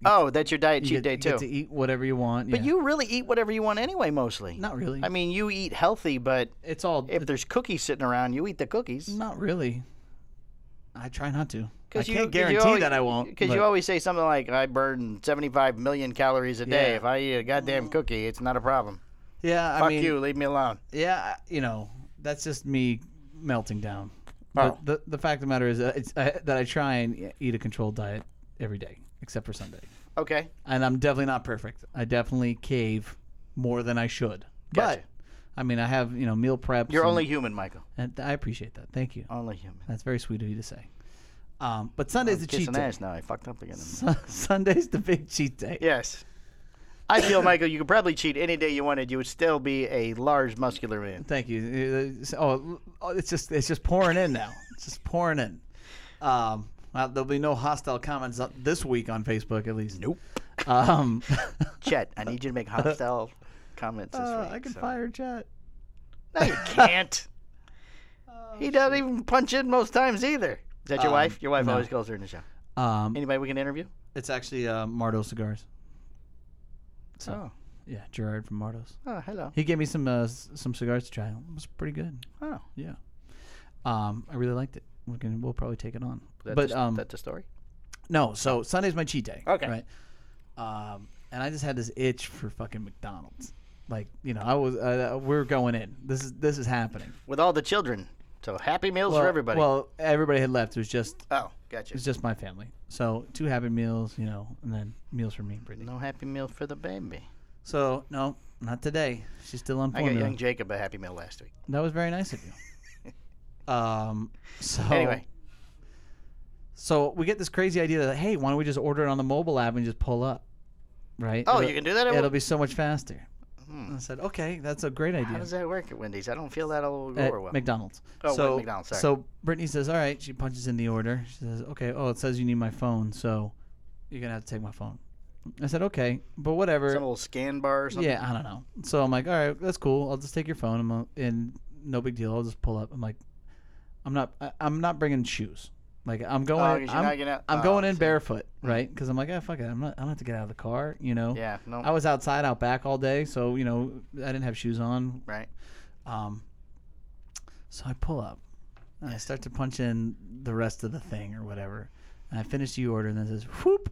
S1: Oh, that's your diet
S3: You
S1: cheat
S3: get-
S1: day
S3: you
S1: too.
S3: Get to eat whatever you want.
S1: But
S3: yeah.
S1: you really eat whatever you want anyway, mostly.
S3: not really.
S1: I mean, you eat healthy, but
S3: it's all
S1: if there's cookies sitting around, you eat the cookies.
S3: not really. I try not to. I
S1: 'Cause
S3: can't
S1: you- 'cause you
S3: guarantee
S1: always-
S3: that I won't.
S1: Because
S3: but-
S1: you always say something like, "I burn 75 million calories a day.
S3: Yeah.
S1: If I eat a goddamn cookie, it's not a problem.
S3: yeah, I
S1: Fuck
S3: mean,
S1: you. Leave me alone."
S3: yeah, I- you know, that's just me melting down.
S1: Oh.
S3: But the the fact of the matter is that, it's, I, that I try and e, eat a controlled diet every day except for Sunday.
S1: Okay.
S3: and I'm definitely not perfect. I definitely cave more than I should.
S1: Gotcha.
S3: But I mean, I have you know meal prep.
S1: You're only human, Michael.
S3: And I appreciate that. Thank you.
S1: Only human.
S3: That's very sweet of you to say. Um, but Sunday's the cheat
S1: Kissing
S3: day.
S1: ass now. I fucked up again.
S3: Su- Sunday's the big cheat day.
S1: Yes. I feel, Michael, you could probably cheat any day you wanted. You would still be a large, muscular man.
S3: Thank you. Uh, Oh, oh, it's just it's just pouring in now. It's just pouring in. Um, well, there'll be no hostile comments up this week on Facebook, at least.
S1: Nope.
S3: Um,
S1: Chet, I need you to make hostile comments this
S3: uh,
S1: week.
S3: I can
S1: so-
S3: fire chat.
S1: No, you can't. he doesn't even punch in most times either. Is that your
S3: Oh, Um,
S1: wife? Your wife
S3: no.
S1: always calls during the show.
S3: Um,
S1: Anybody we can interview?
S3: it's actually uh, Mardo cigars.
S1: Oh.
S3: So. Yeah, Gerard from Mardos.
S1: Oh, hello.
S3: He gave me some uh, s- some cigars to try. It was pretty good.
S1: Oh,
S3: Yeah, um, I really liked it. We can we'll probably take it on.
S1: that's
S3: but
S1: the,
S3: um,
S1: that's the story.
S3: no, so Sunday's my cheat day.
S1: Okay.
S3: Right. Um, and I just had this itch for fucking McDonald's. Like you know, I was uh, we're going in. This is this is happening
S1: With all the children, so happy meals
S3: Well-
S1: for everybody.
S3: Well, everybody had left. It was just it
S1: oh, gotcha.
S3: was just my family. So two happy meals, you know, and then meals for me and Brittany.
S1: No happy meal for the baby.
S3: So no, not today. She's still on
S1: I got
S3: formula.
S1: young Jacob a happy meal last week.
S3: That was very nice of you. um, so
S1: Anyway,
S3: so we get this crazy idea that hey, why don't we just order it on the mobile app and just pull up, right?
S1: oh,
S3: It'll-
S1: you can do that. At
S3: It'll
S1: Wendy's?
S3: be so much faster.
S1: Hmm.
S3: And I said, okay, that's a great idea.
S1: How does that work at Wendy's? I don't feel that will go
S3: At
S1: over well.
S3: McDonald's.
S1: Oh,
S3: so,
S1: wait, McDonald's, sorry.
S3: So Brittany says, all right. She punches in the order. She says, okay. Oh, it says you need my phone, so you're gonna have to take my phone. I said, okay, but whatever.
S1: Some little scan bar or something.
S3: Yeah, I don't know. So I'm like, all right, that's cool. I'll just take your phone. I'm uh, and no big deal. I'll just pull up. I'm like, I'm not. I, I'm not bringing shoes. Like I'm going.
S1: Oh, 'cause you're
S3: I'm,
S1: not gonna-
S3: I'm
S1: oh,
S3: going in
S1: see.
S3: barefoot, right? Because I'm like, ah, fuck it. I'm not. I don't have to get out of the car. You know.
S1: Yeah. No.
S3: I was outside, out back all day, so you know I didn't have shoes on.
S1: right.
S3: Um. So I pull up, and I start to punch in the rest of the thing or whatever, and I finish the order, and then it says, whoop.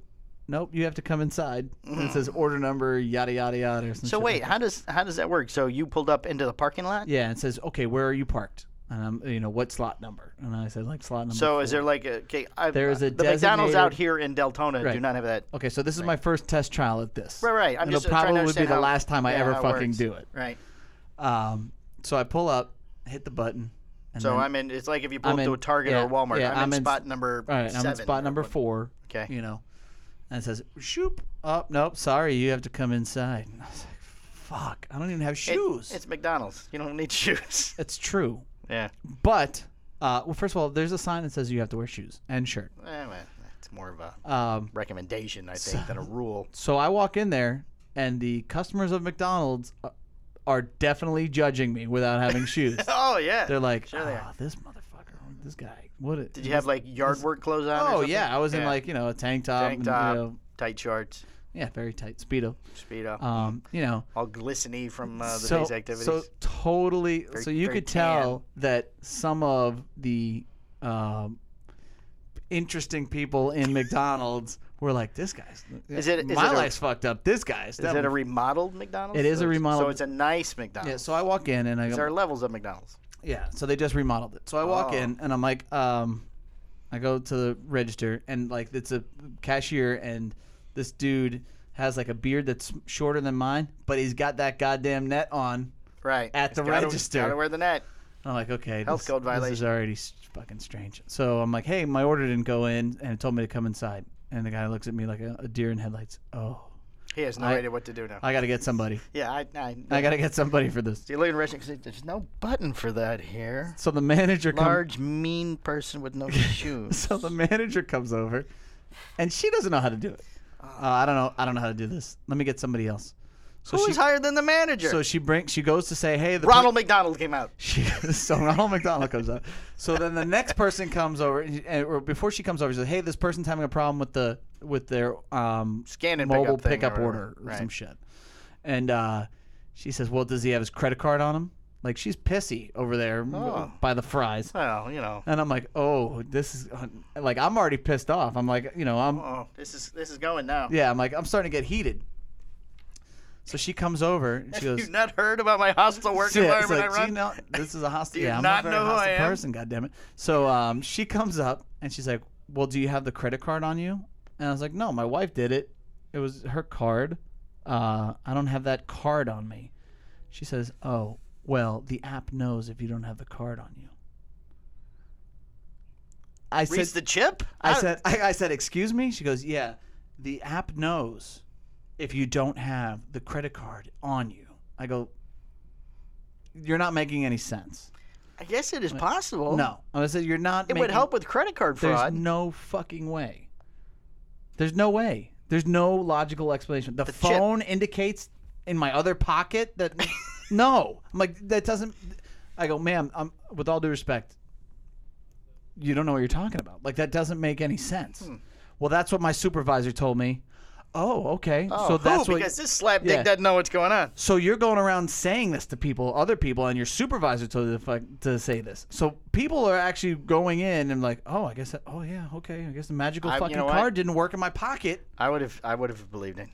S3: Nope, you have to come inside. And it says order number, yada yada yada. Or some
S1: Mm.
S3: shit
S1: So
S3: like
S1: wait, how does how does that work? So you pulled up into the parking lot.
S3: Yeah, and it says, okay, where are you parked? And I'm, you know, what slot number? And I said, like slot number.
S1: So is
S3: four.
S1: there like a okay? I,
S3: There is a
S1: the McDonald's out
S3: designated-
S1: here in Deltona do
S3: Right.
S1: not have that.
S3: Okay, so this is my first test trial at this.
S1: Right, right. I'm
S3: It'll
S1: just trying to
S3: probably be
S1: understand
S3: the
S1: how-
S3: last time I
S1: yeah,
S3: ever
S1: how it
S3: fucking
S1: works.
S3: do it.
S1: Right.
S3: Um, so I pull up, hit the button. And
S1: So
S3: then,
S1: I'm in. It's like if you pull
S3: I'm
S1: up to
S3: in-
S1: a Target
S3: yeah,
S1: or Walmart.
S3: yeah,
S1: I'm,
S3: I'm
S1: in
S3: in
S1: spot number
S3: all right. I'm
S1: seven.
S3: in spot number four.
S1: Okay.
S3: You know, and it says, shoop. Oh nope, sorry, you have to come inside. And I was like, fuck, I don't even have
S1: It-
S3: shoes.
S1: it's McDonald's. You don't need shoes.
S3: it's true,
S1: yeah.
S3: but uh, well, first of all, there's a sign that says you have to wear shoes and shirt.
S1: Eh, well, it's more of a
S3: Um,
S1: recommendation, I think, than a rule.
S3: So I walk in there, and the customers of McDonald's a- are definitely judging me without having shoes.
S1: Oh yeah.
S3: They're like,
S1: Sure they are.
S3: "Ah, this motherfucker, this guy. What? A,
S1: Did you have like yard work clothes on? or
S3: Oh
S1: something?
S3: yeah, I was in like you know a tank top,
S1: Tank
S3: and,
S1: top.
S3: You know,
S1: tight shorts,
S3: yeah, very tight speedo.
S1: speed up,
S3: Um, you know,
S1: all glisteny from uh, the
S3: so
S1: day's activities.
S3: so totally. so you
S1: very
S3: could tell that some of the um, interesting people in McDonald's were like, "This guy's
S1: Is it- is
S3: my
S1: it a-
S3: life's fucked up. This guy's
S1: is it a remodeled McDonald's?
S3: It is
S1: So
S3: a
S1: it's- So
S3: remodeled-
S1: it's a nice
S3: yeah."
S1: McDonald's.
S3: So I walk in and I go,
S1: There are levels of McDonald's.
S3: Yeah, so they just remodeled it. So I walk
S1: Oh.
S3: in and I'm like, um, I go to the register and like it's a cashier and this dude has like a beard that's shorter than mine, but he's got that goddamn net on.
S1: Right.
S3: At the
S1: gotta-
S3: register.
S1: Gotta wear the net.
S3: I'm like, okay,
S1: Health
S3: this,
S1: code
S3: This is
S1: violation.
S3: already s- fucking strange. So I'm like, hey, my order didn't go in, and it told me to come inside. And the guy looks at me like a, a deer in headlights. Oh,
S1: He has no
S3: I-
S1: idea what to do now.
S3: I gotta get somebody.
S1: yeah, I, I,
S3: I gotta get somebody for this.
S1: So you look at Rich and there's no button for that here.
S3: So the manager comes.
S1: Large, mean person with no shoes.
S3: So the manager comes over, and she doesn't know how to do it. Uh, I don't know. I don't know how to do this. Let me get somebody else. So
S1: Who
S3: she
S1: is higher than the manager?
S3: so she brings she goes to say, hey, the per-
S1: Ronald McDonald came out.
S3: She, so Ronald McDonald comes up. So then the next person comes over, and, and- or before she comes over, she says, "Hey, this person's having a problem with the with their um,
S1: Scan and
S3: mobile
S1: pickup thing
S3: pickup
S1: or whatever."
S3: order or some
S1: Right.
S3: shit." And uh, she says, "Well, does he have his credit card on him?" Like she's pissy over there
S1: Oh.
S3: by the fries.
S1: Well, you know.
S3: And I'm like, "Oh, this is like I'm already pissed off." I'm like, you know, I'm
S1: Oh, this is this is going now.
S3: yeah, I'm like I'm starting to get heated. So she comes over and she
S1: Have
S3: goes,
S1: you not heard about my hostile work
S3: Yeah, it's
S1: environment
S3: like,
S1: I
S3: "Do you
S1: run?
S3: know- this is a hostile.
S1: Do you
S3: yeah, I'm
S1: not
S3: a very
S1: know who I
S3: hostile
S1: am?
S3: person. God damn it. So um, she comes up and she's like, "Well, do you have the credit card on you?" And I was like, "No, my wife did it. It was her card. Uh, I don't have that card on me." She says, "Oh, well, the app knows if you don't have the card on you." I said,
S1: Reads the chip?
S3: I said, I, I said, excuse me. She goes, yeah, the app knows if you don't have the credit card on you. I go, you're not making any sense.
S1: I guess it is possible.
S3: No, I said you're not.
S1: Oh. It would
S3: making-
S1: help with credit card
S3: There's
S1: fraud.
S3: no fucking way. There's no way. There's no logical explanation. The,
S1: chip.
S3: phone indicates in my other pocket that no. I'm like that doesn't. I go, ma'am. I'm with all due respect. You don't know what you're talking about. Like that doesn't make any sense.
S1: Hmm.
S3: Well, that's what my supervisor told me. Oh, okay.
S1: oh,
S3: so
S1: who?
S3: that's what.
S1: because this slapdick
S3: Yeah.
S1: doesn't know what's going on.
S3: so you're going around saying this to people, other people, and your supervisor told you to, fuck, to say this. So people are actually going in and like, oh, I guess, that, oh yeah, okay, I guess the magical
S1: I- you
S3: fucking
S1: know what?
S3: card didn't work in my pocket.
S1: I would have I would have believed it.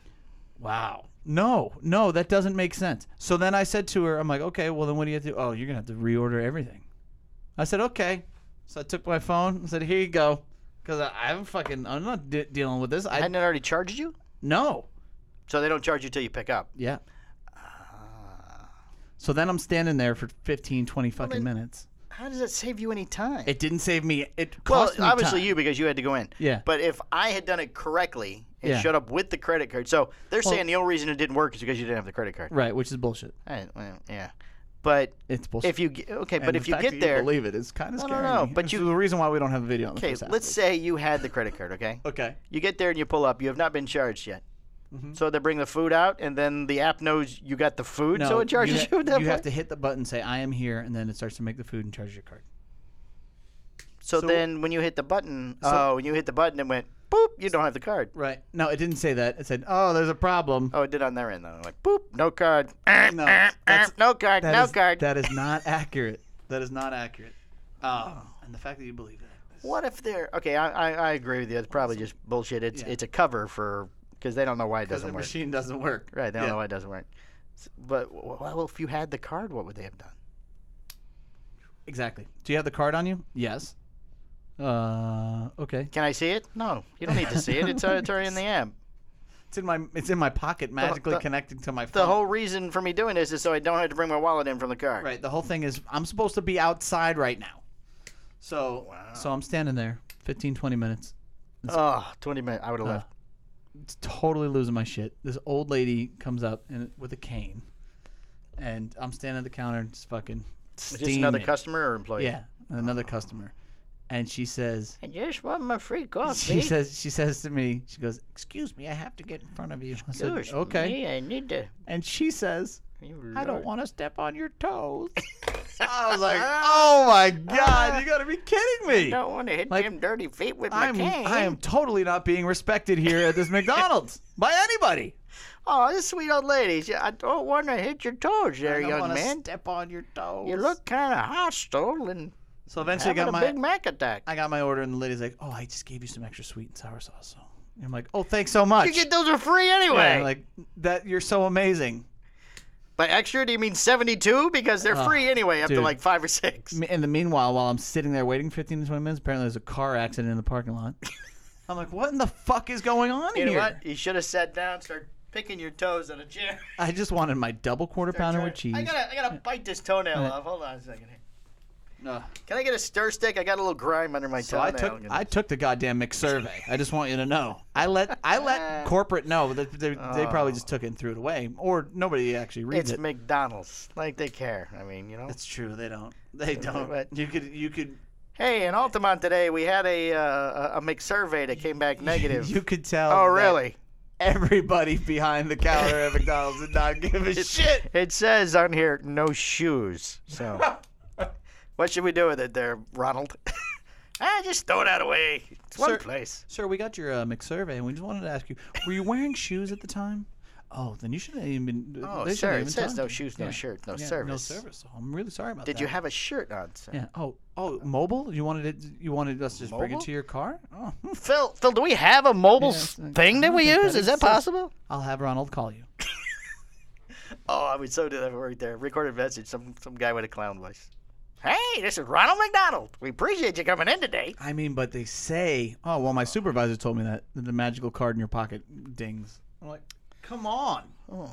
S3: Wow. No, no, that doesn't make sense. So then I said to her, I'm like, okay, well then what do you have to do? Oh, you're gonna have to reorder everything. I said, okay. So I took my phone and said, here you go, because I, I'm fucking, I'm not de- dealing with this. I
S1: Hadn't it already charged you?
S3: no.
S1: So they don't charge you till you pick up.
S3: Yeah.
S1: Ah.
S3: So then I'm standing there for 15, 20 fucking minutes.
S1: How does that save you any time?
S3: It didn't save me. It
S1: well,
S3: cost me
S1: obviously
S3: time.
S1: you because you had to go in.
S3: Yeah.
S1: But if I had done it correctly and
S3: Yeah.
S1: showed up with the credit card, so they're
S3: Well-
S1: saying the only reason it didn't work is because you didn't have the credit card.
S3: Right, which is bullshit.
S1: Right, well, yeah. But
S3: It's bullshit.
S1: if you ge- okay,
S3: And
S1: but
S3: the
S1: if you
S3: fact that
S1: get there,
S3: believe it. It's kind of
S1: No, no,
S3: scary.
S1: no, but
S3: It's
S1: you-
S3: the reason why we don't have a video. on the
S1: okay,
S3: first half
S1: let's
S3: of
S1: say you had the credit card, okay?
S3: it. Okay.
S1: You get there and you pull up. You have not been charged yet.
S3: Mm-hmm.
S1: So they bring the food out, and then the app knows you got the food, so it charges
S3: ha-
S1: you. at that
S3: you have
S1: point?
S3: to hit the button, say "I am here," and then it starts to make the food and charge your card.
S1: so,
S3: so-
S1: then when you hit the button,
S3: so-
S1: oh, when you hit the button, it went boop. You don't have the card.
S3: Right. No, it didn't say that. It said, "Oh, there's a problem."
S1: Oh, it did on their end though. It went boop. No card. Eh,
S3: No,
S1: eh, eh,
S3: that's-
S1: no card.
S3: That
S1: no
S3: is-
S1: card.
S3: That is not accurate. That is not accurate. Oh, and the fact that you believe that.
S1: What if they're okay? I, I, I agree with you. It's probably just bullshit. It's
S3: Yeah.
S1: it's a cover for because they don't know why it
S3: Because
S1: doesn't
S3: the
S1: work.
S3: machine doesn't work.
S1: Right? They don't
S3: Yeah.
S1: know why it doesn't work. S- But w- w- well, if you had the card, what would they have done?
S3: Exactly. Do you have the card on you? Yes. Uh, okay.
S1: Can I see it? No, you don't need to see it. It's, uh, it's already in the app.
S3: It's in my it's in my pocket, magically
S1: the-
S3: connecting to my phone.
S1: The whole reason for me doing this is so I don't have to bring my wallet in from the car.
S3: Right. The whole thing is I'm supposed to be outside right now. So so I'm standing there 15 20 minutes.
S1: Oh, 20 minutes. I would have left.
S3: It's totally losing my shit. This old lady comes up and with a cane. And I'm standing at the counter and just fucking
S1: Is this another
S3: steaming.
S1: customer or employee?
S3: Yeah, another customer. And she says
S1: I just want my free
S3: she
S1: coffee.
S3: says she says to me, she goes, "Excuse me, I have to get in front of you." I said,
S1: Excuse
S3: "Okay."
S1: me, I need to.
S3: And she says,
S1: You
S3: "I don't
S1: lord.
S3: want to step on your toes." I was like, "Oh my god, you got to be kidding me."
S1: Don't want to hit
S3: Like,
S1: them dirty feet with my
S3: I'm
S1: cane.
S3: I am totally not being respected here at this McDonald's by anybody.
S1: Oh, this sweet old lady. she- I don't want to hit your toes there,
S3: I don't
S1: young
S3: wanna
S1: man.
S3: step on your toes.
S1: You look kind of hostile and
S3: So eventually, I
S1: having
S3: got
S1: a
S3: my
S1: Big Mac attack.
S3: I got my order, and the lady's like, "Oh, I just gave you some extra sweet and sour sauce." So I'm like, "Oh, thanks so much."
S1: you get those for free
S3: Yeah,
S1: anyway.
S3: like that, you're so amazing.
S1: By extra, do you mean 72? Because they're free anyway after
S3: dude.
S1: like five or six.
S3: Me- In the meanwhile, while I'm sitting there waiting 15 to 20 minutes, apparently there's a car accident in the parking lot. I'm like, "What in the fuck is going on
S1: You
S3: here?"
S1: know what? You should have sat down, start picking your toes on a chair.
S3: I just wanted my double quarter pounder with cheese.
S1: I gotta, I gotta bite this toenail
S3: Alright.
S1: off. Hold on a second here.
S3: No.
S1: Can I get a stir stick? I got a little grime under my
S3: So I took I took the goddamn mix survey. I just want you to know. I let I let corporate know that they, they probably just took it and threw it away, or nobody actually reads
S1: Oh. it's
S3: it.
S1: McDonald's. Like they care. I mean, you know.
S3: That's true. They don't. They don't.
S1: But-
S3: you could you could
S1: Hey, in Altamont today, we had a uh, a McSurvey that came back negative.
S3: You could tell.
S1: oh,
S3: that
S1: really?
S3: Everybody behind the counter at McDonald's did not give a shit.
S1: It says on here no shoes. So, what should we do with it, there, Ronald? ah, just throw that away. It's one
S3: Sir-
S1: place.
S3: Sir, we got your uh, McSurvey, and we just wanted to ask you: Were you wearing shoes at the time? Oh, then you shouldn't have even been.
S1: Oh,
S3: they shouldn't
S1: sir,
S3: have
S1: it
S3: even
S1: says
S3: talked
S1: no
S3: to you.
S1: shoes, no
S3: Yeah.
S1: shirt, no
S3: Yeah,
S1: service.
S3: No service. Oh, I'm really sorry about
S1: Did
S3: that.
S1: you have a shirt on, sir?
S3: Yeah. Oh. Oh, mobile? You wanted it? You wanted us to just bring it
S1: Mobile?
S3: to your car? Oh.
S1: Phil, Phil, do we have a mobile
S3: Yeah,
S1: s-
S3: I-
S1: thing
S3: I
S1: that
S3: don't
S1: we
S3: think
S1: use?
S3: that
S1: Is that
S3: exists.
S1: possible?
S3: I'll have Ronald call you.
S1: Oh, I would so do that right there. Recorded message, some some guy with a clown voice. Hey, this is Ronald McDonald. We appreciate you coming in today.
S3: I mean, but they say, oh well, my supervisor told me that the magical card in your pocket dings. I'm like, come on.
S1: Oh,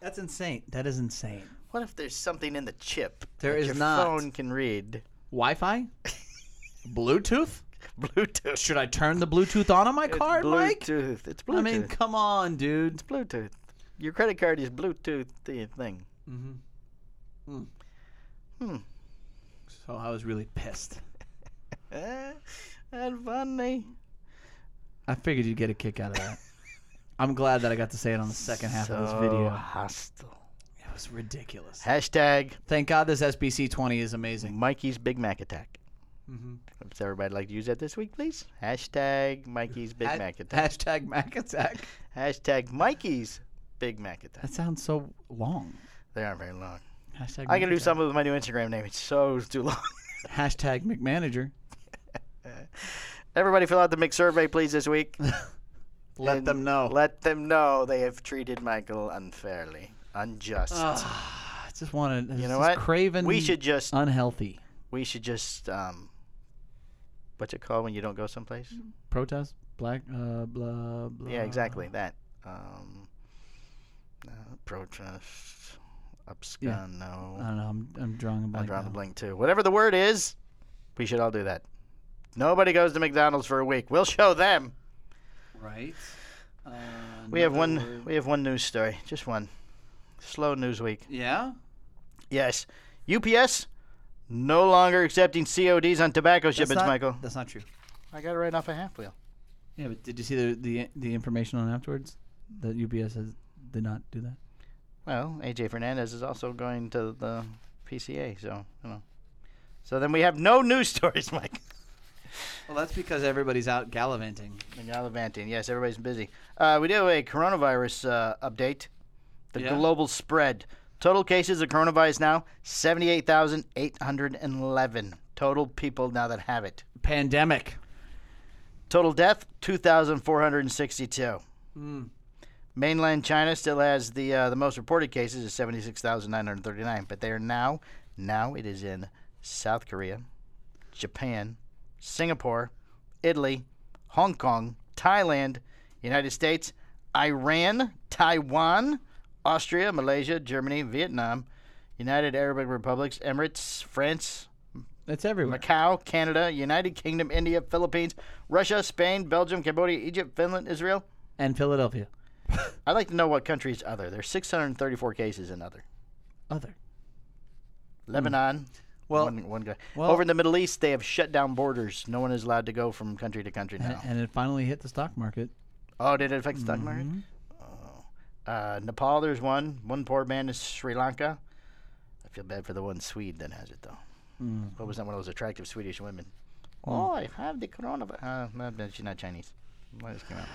S3: That's insane. That is insane.
S1: what if there's something in the chip
S3: There
S1: that
S3: is
S1: your
S3: not.
S1: phone can read?
S3: Wi-Fi, Bluetooth.
S1: Bluetooth.
S3: Should I turn the Bluetooth on on my card, Mike?
S1: Bluetooth. It's Bluetooth.
S3: I mean, come on, dude.
S1: it's Bluetooth. Your credit card is Bluetooth the thing.
S3: Mm-hmm. Hmm. So I was really pissed.
S1: Eh, That's funny.
S3: I figured you'd get a kick out of that. I'm glad that I got to say it on the second half of this video.
S1: hostile.
S3: It was ridiculous.
S1: Hashtag
S3: Thank God this SBC 20 is amazing.
S1: Mikey's Big Mac attack.
S3: Mhm.
S1: Does everybody like to use that this week, please? Hashtag Mikey's Big
S3: Ha-
S1: Mac attack.
S3: Hashtag Mac Attack.
S1: Hashtag Mikey's Big Mac attack.
S3: That sounds so long.
S1: They aren't very long.
S3: Hashtag
S1: I can do
S3: Mac
S1: something with my new Instagram name. It's so too long.
S3: Attack. Hashtag McManager.
S1: Everybody fill out the mix survey, please, this week.
S3: Let
S1: and
S3: them know.
S1: Let them know they have treated Michael unfairly, unjust.
S3: Ah. I just want to.
S1: you know what?
S3: Craven.
S1: We should just.
S3: Unhealthy.
S1: We should just. Um, what's it called when you don't go someplace?
S3: Protest. Black. Uh, blah, blah.
S1: yeah, exactly that. Um, uh, protest. Abscond. No.
S3: I don't know. I'm, I'm drawing a
S1: I'm
S3: blank.
S1: drawing a
S3: now.
S1: blank too. Whatever the word is, we should all do that. Nobody goes to McDonald's for a week. We'll show them.
S3: Right. Uh,
S1: We have
S3: another
S1: one.
S3: word.
S1: We have one news story. Just one. Slow news week.
S3: Yeah.
S1: Yes. UPS no longer accepting CODs on tobacco shipments,
S3: not,
S1: Michael.
S3: That's not true.
S1: I got it right off a half wheel.
S3: Yeah, but did you see the the, the information on afterwards that UPS has did not do that?
S1: Well, AJ Fernandez is also going to the PCA, so you know. So then we have no news stories, Mike.
S3: Well, that's because everybody's out gallivanting.
S1: And Gallivanting. Yes, everybody's busy. Uh, we do have a coronavirus uh, update. The
S3: Yeah.
S1: global spread. Total cases of coronavirus now 78,811. Total people now that have it.
S3: Pandemic.
S1: Total death 2,462.
S3: Mm.
S1: Mainland China still has the uh, the most reported cases is 76,939, but they are now now it is in South Korea, Japan, Singapore, Italy, Hong Kong, Thailand, United States, Iran, Taiwan, Austria, Malaysia, Germany, Vietnam, United Arab Republics, Emirates, France,
S3: It's everywhere.
S1: Macau, Canada, United Kingdom, India, Philippines, Russia, Spain, Belgium, Cambodia, Egypt, Finland, Israel,
S3: and Philadelphia.
S1: I'd like to know what countries other. There's 634 cases in other.
S3: Other.
S1: Lebanon.
S3: Hmm. Well-
S1: one, one guy.
S3: well-
S1: Over in the Middle East, they have shut down borders. No one is allowed to go from country to country
S3: A-
S1: now.
S3: And it finally hit the stock market.
S1: oh, did it affect the stock
S3: Mm-hmm.
S1: market? Oh. Uh, Nepal, there's one. One poor man is Sri Lanka. I feel bad for the one Swede that has it though.
S3: Mm-hmm. Hmm.
S1: What was that? One of those attractive Swedish women. Oh, I have the coronavirus. Uh, no, no, she's not Chinese. Why does it come out?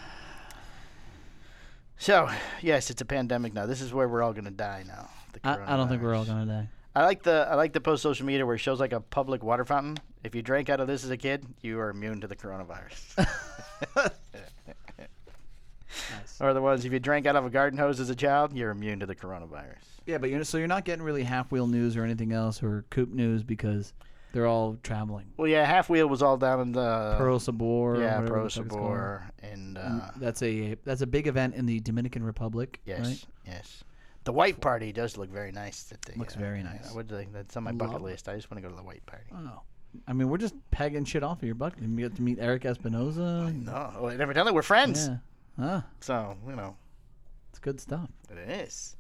S1: So, yes, it's a pandemic now. This is where we're all going to die now. the
S3: I, I don't think we're all
S1: coronavirus.
S3: gonna die.
S1: I like the I like the post social media where it shows like a public water fountain. If you drank out of this as a kid, you are immune to the coronavirus.
S3: Nice.
S1: or the ones if you drank out of a garden hose as a child, you're immune to the coronavirus.
S3: Yeah, but you're so you're not getting really half wheel news or anything else or coop news because they're all traveling.
S1: Well, yeah, half wheel was all down in the
S3: Pearl Sabor.
S1: Uh, yeah
S3: whatever
S1: Pro
S3: the fuck it's called. Mm,
S1: Sabor and uh,
S3: That's a that's a big event in the Dominican Republic.
S1: yes
S3: Right?
S1: yes. The white party does look very nice. That they,
S3: Looks
S1: uh,
S3: very nice.
S1: I would like that's on my bucket
S3: Love it.
S1: list. I just want to go to the white party.
S3: Oh. I mean, we're just pegging shit off of your bucket. You get to meet Eric Espinoza.
S1: No, well, never done that. We're friends,
S3: Yeah. Huh.
S1: so you know
S3: It's good stuff.
S1: it is.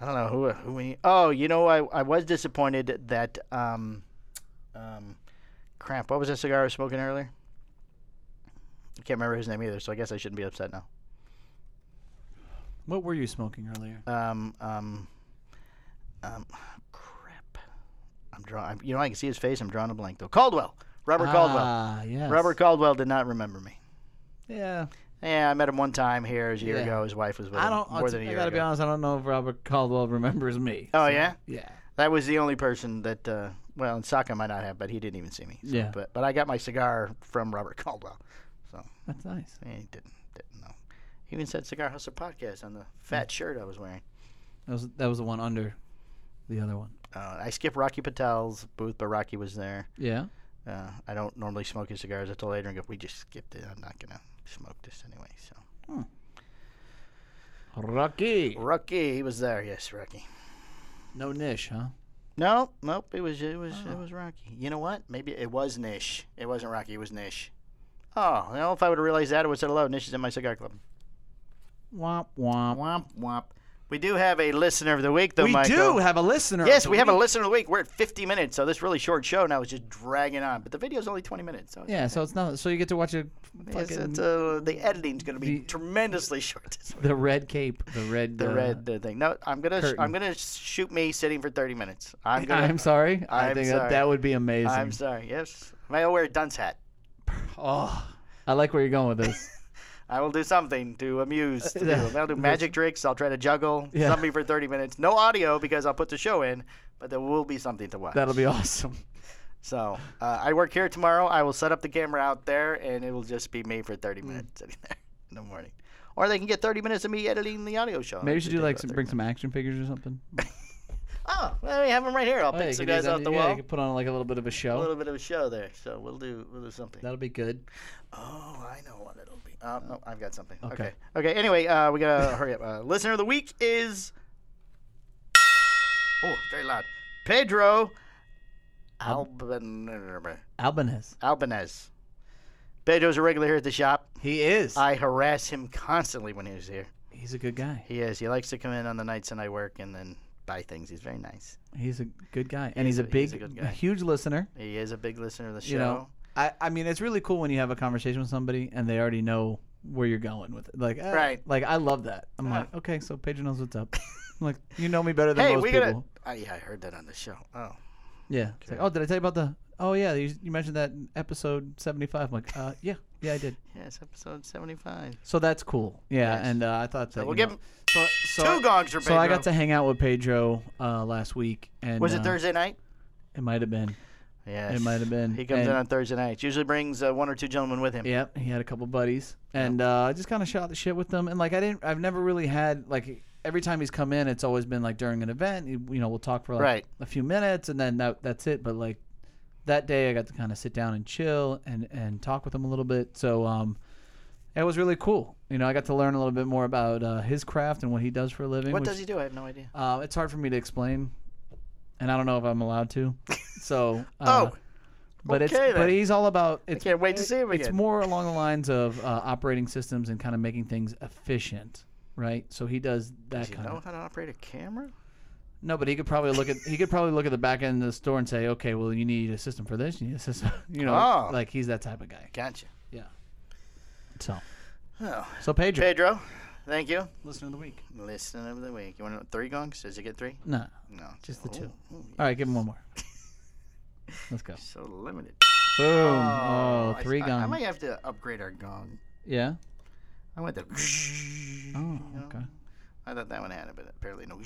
S1: I don't know who who we. Oh, you know, I I was disappointed that um, um, crap. What was that cigar I was smoking earlier? I can't remember his name either, so I guess I shouldn't be upset now.
S3: What were you smoking earlier?
S1: Um, um, um, crap. I'm drawing. You know, I can see his face. I'm drawing a blank though. Caldwell, Robert Caldwell.
S3: Ah, yes.
S1: Robert Caldwell did not remember me.
S3: Yeah.
S1: Yeah, I met him one time here a year
S3: Yeah.
S1: ago. His wife was with
S3: I
S1: him
S3: don't.
S1: more than a
S3: I
S1: year
S3: gotta be
S1: ago.
S3: honest. I don't know if Robert Caldwell remembers me.
S1: Oh yeah,
S3: Yeah.
S1: that was the only person that. Uh, well, and Saka might not have, but he didn't even see me. So,
S3: Yeah.
S1: But but I got my cigar from Robert Caldwell.
S3: That's nice.
S1: Yeah, he didn't didn't know. He even said Cigar Hustler podcast on the fat
S3: Hmm.
S1: shirt I was wearing.
S3: That was that was the one under the other one.
S1: Uh, I skipped Rocky Patel's booth, but Rocky was there.
S3: Yeah.
S1: Uh, I don't normally smoke his cigars. I told Adrian, go, we just skipped it. I'm not going to smoke this anyway. So
S3: Rocky.
S1: Rocky, he was there. Yes, Rocky.
S3: No niche, huh?
S1: No, nope. It was it was it
S3: Oh.
S1: was Rocky. You know what? Maybe it was Nish. It wasn't Rocky. It was Nish. Oh, well, if I would have realized that, I would have said hello. Nish is in my cigar club.
S3: Womp womp.
S1: Womp womp. We do have a listener of the week, though,
S3: we
S1: Michael.
S3: do have a listener.
S1: Yes,
S3: of the
S1: we have a
S3: week.
S1: listener of the week. We're at 50 minutes, so this really short show now is just dragging on. But the video's only 20 minutes, so it's
S3: Yeah. So it's not. So you get to watch a
S1: Yes,
S3: fucking-
S1: it's, uh, the editing's going to be
S3: the-
S1: tremendously short. This week.
S3: the red cape. The red.
S1: the
S3: uh,
S1: red uh, thing. No, I'm gonna sh- I'm
S3: curtain.
S1: gonna shoot me sitting for 30 minutes. I'm gonna.
S3: I'm sorry. i
S1: I'm
S3: think
S1: sorry.
S3: That, that would be amazing.
S1: I'm sorry. Yes, I'll wear a dunce hat.
S3: oh, I like where you're going with this.
S1: I will do something to amuse. To do.
S3: Yeah.
S1: I'll do magic tricks. I'll try to juggle
S3: Yeah.
S1: something for 30 minutes. No audio because I'll put the show in, but there will be something to watch.
S3: That'll be awesome.
S1: so uh, I work here tomorrow. I will set up the camera out there, and it will just be me for
S3: Hmm.
S1: 30 minutes sitting there in the morning. Or they can get 30 minutes of me editing the audio show.
S3: Maybe you should do like
S1: about
S3: some,
S1: 30
S3: bring some action figures or something.
S1: Oh, well, we have them right here. I'll
S3: Oh,
S1: pick
S3: you
S1: some
S3: could do
S1: guys
S3: that.
S1: off the
S3: yeah,
S1: wall.
S3: You could put on like a little bit of a
S1: A
S3: show.
S1: little bit of a show there, so we'll do we'll do something.
S3: That'll be good.
S1: Oh, I know what it'll be. Uh, no, I've got something. Okay. Okay.
S3: Okay.
S1: anyway, uh, we gotta hurry up. Uh, listener of the week is. Oh, very loud. Pedro Alban-
S3: Albanese.
S1: Albanez. Pedro's a regular here at the shop.
S3: He is.
S1: I harass him constantly when he's here.
S3: Ah, He's a good guy.
S1: He is. He likes to come in on the nights and I work and then buy things. He's very nice.
S3: He's a good guy, and
S1: He's
S3: he's,
S1: a-
S3: a big,
S1: he's a good
S3: a
S1: guy.
S3: huge listener.
S1: He is a big listener of the show.
S3: You know, I, I mean, it's really cool when you have a conversation with somebody and they already know where you're going with it. Like, eh,
S1: Right.
S3: Like, I love that. I'm
S1: Yeah.
S3: like, okay, so Pedro knows what's up. I'm like, you know me better than
S1: hey,
S3: most
S1: we
S3: people.
S1: gotta. Oh, yeah, I heard that on the show. Oh.
S3: Yeah. It's like, oh, did I tell you about the? Oh yeah, you, you mentioned that in episode 75. I'm like, uh, yeah, yeah, I did.
S1: Yes, episode 75.
S3: So that's cool. Yeah,
S1: Yes.
S3: and uh, I thought that.
S1: we'll
S3: you
S1: give
S3: know-
S1: him
S3: so, so
S1: Two
S3: I-
S1: gongs for
S3: So I
S1: Pedro.
S3: got to hang out with Pedro uh, last week, and
S1: Was
S3: uh,
S1: it Thursday night?
S3: It might have been.
S1: Yeah,
S3: might have been.
S1: He comes in
S3: And-
S1: on Thursday nights. Usually brings uh, one or two gentlemen with him.
S3: Yep, he had a couple buddies, and uh, I just kind of shot the shit with them. And like, I didn't, I've never really had like every time he's come in, it's always been like during an event. You you know, we'll talk for like
S1: Right.
S3: a few minutes, and then that, that's it. But like that day, I got to kind of sit down and chill and and talk with him a little bit. So um, it was really cool. You know, I got to learn a little bit more about uh, his craft and what he does for a living.
S1: What
S3: which,
S1: does he do? I have no idea.
S3: Uh, it's hard for me to explain, and I don't know if I'm allowed to. So uh,
S1: oh,
S3: but
S1: okay
S3: it's but
S1: then.
S3: he's all about.
S1: I
S3: It's
S1: can't wait to see him
S3: it's
S1: again.
S3: more along the lines of uh, operating systems and kind of making things efficient, right? So he does that
S1: does he
S3: kind
S1: know
S3: of.
S1: how to operate a camera?
S3: No, but he could probably look at he could probably look at the back end of the store and say, okay, well, you need a system for this, you need a system, you know,
S1: Oh.
S3: like he's that type of guy.
S1: Gotcha.
S3: So,
S1: Oh.
S3: so Pedro,
S1: Pedro, thank you.
S3: listener of the week.
S1: Listener of the week. You want to, three gongs? Does he get three?
S3: No,
S1: No.
S3: Just the two.
S1: Oh, oh,
S3: all right, give him one more. Let's go.
S1: so limited.
S3: Boom! Oh,
S1: I-
S3: three
S1: I, I
S3: gone.
S1: might have to upgrade our gong.
S3: Yeah.
S1: I went to.
S3: Oh,
S1: you know?
S3: okay.
S1: I thought that one had it, but apparently no.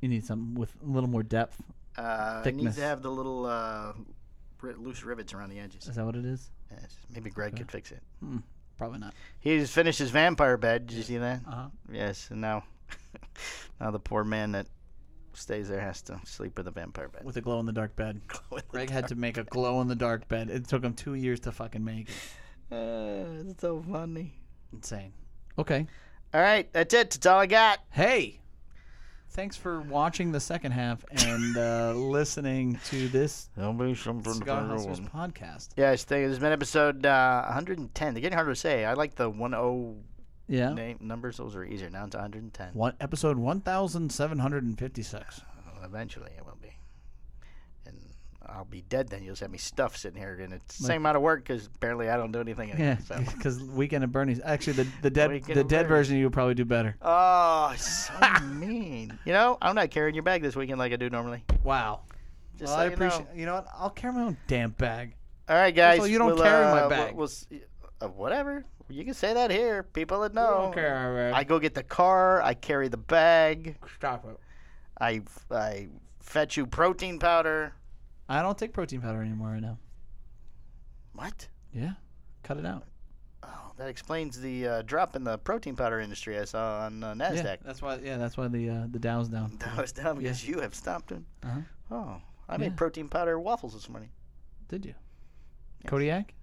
S3: You need something with a little more depth.
S1: Uh, it needs
S3: Thickness.
S1: to have the little uh, ri- loose rivets around the edges.
S3: Is that what it is?
S1: Yes. Maybe Greg could fix it.
S3: Probably not.
S1: He's finished his vampire bed. Did you see that?
S3: Uh huh.
S1: Yes, and now, now the poor man that stays there has to sleep with a vampire bed.
S3: With a glow in the dark bed. Greg had to make a glow in the dark bed. It took him two years to fucking make it.
S1: Uh, it's so funny.
S3: Insane. Okay.
S1: All right, that's it. That's all I got.
S3: Hey, Thanks for watching the second half and uh, listening to this
S1: There'll be something
S3: Cigar Hustlers podcast.
S1: Yes, thank you. This has been episode uh, 110. They're getting harder to say. I like the 10
S3: Yeah.
S1: name numbers. Those are easier. Now it's 110.
S3: One episode one thousand seven hundred and fifty-six.
S1: Eventually, it will be. And I'll be dead then. You'll just have me stuffed sitting here, and it's the same amount of work because apparently I don't do anything.
S3: Yeah,
S1: Anymore, So.
S3: because Weekend at Bernie's. Actually, the the dead
S1: Weekend
S3: the
S1: at
S3: dead
S1: Bernie's.
S3: version you would probably do better.
S1: Oh, so mean. You know, I'm not carrying your bag this weekend like I do normally.
S3: Wow.
S1: Just so
S3: well, I
S1: you know.
S3: appreciate. You know what? I'll carry my own damn bag.
S1: All right, guys.
S3: all, you don't
S1: we'll,
S3: carry
S1: uh,
S3: my
S1: we'll-
S3: bag.
S1: we'll s- uh, whatever. You can say that here. People that
S3: You
S1: know.
S3: don't carry my bag.
S1: I go get the car. I carry the bag.
S3: Stop it.
S1: I I fetch you protein powder.
S3: I don't take protein powder anymore right now.
S1: What?
S3: Yeah, cut it out.
S1: Oh, that explains the uh, drop in the protein powder industry I saw on uh,
S3: Yeah,
S1: Nasdaq.
S3: that's why. Yeah, that's why the uh, the Dow's down.
S1: That was dumb because you have stopped it.
S3: Uh-huh.
S1: Oh, I
S3: Yeah.
S1: made protein powder waffles this morning.
S3: Did you? Kodiak.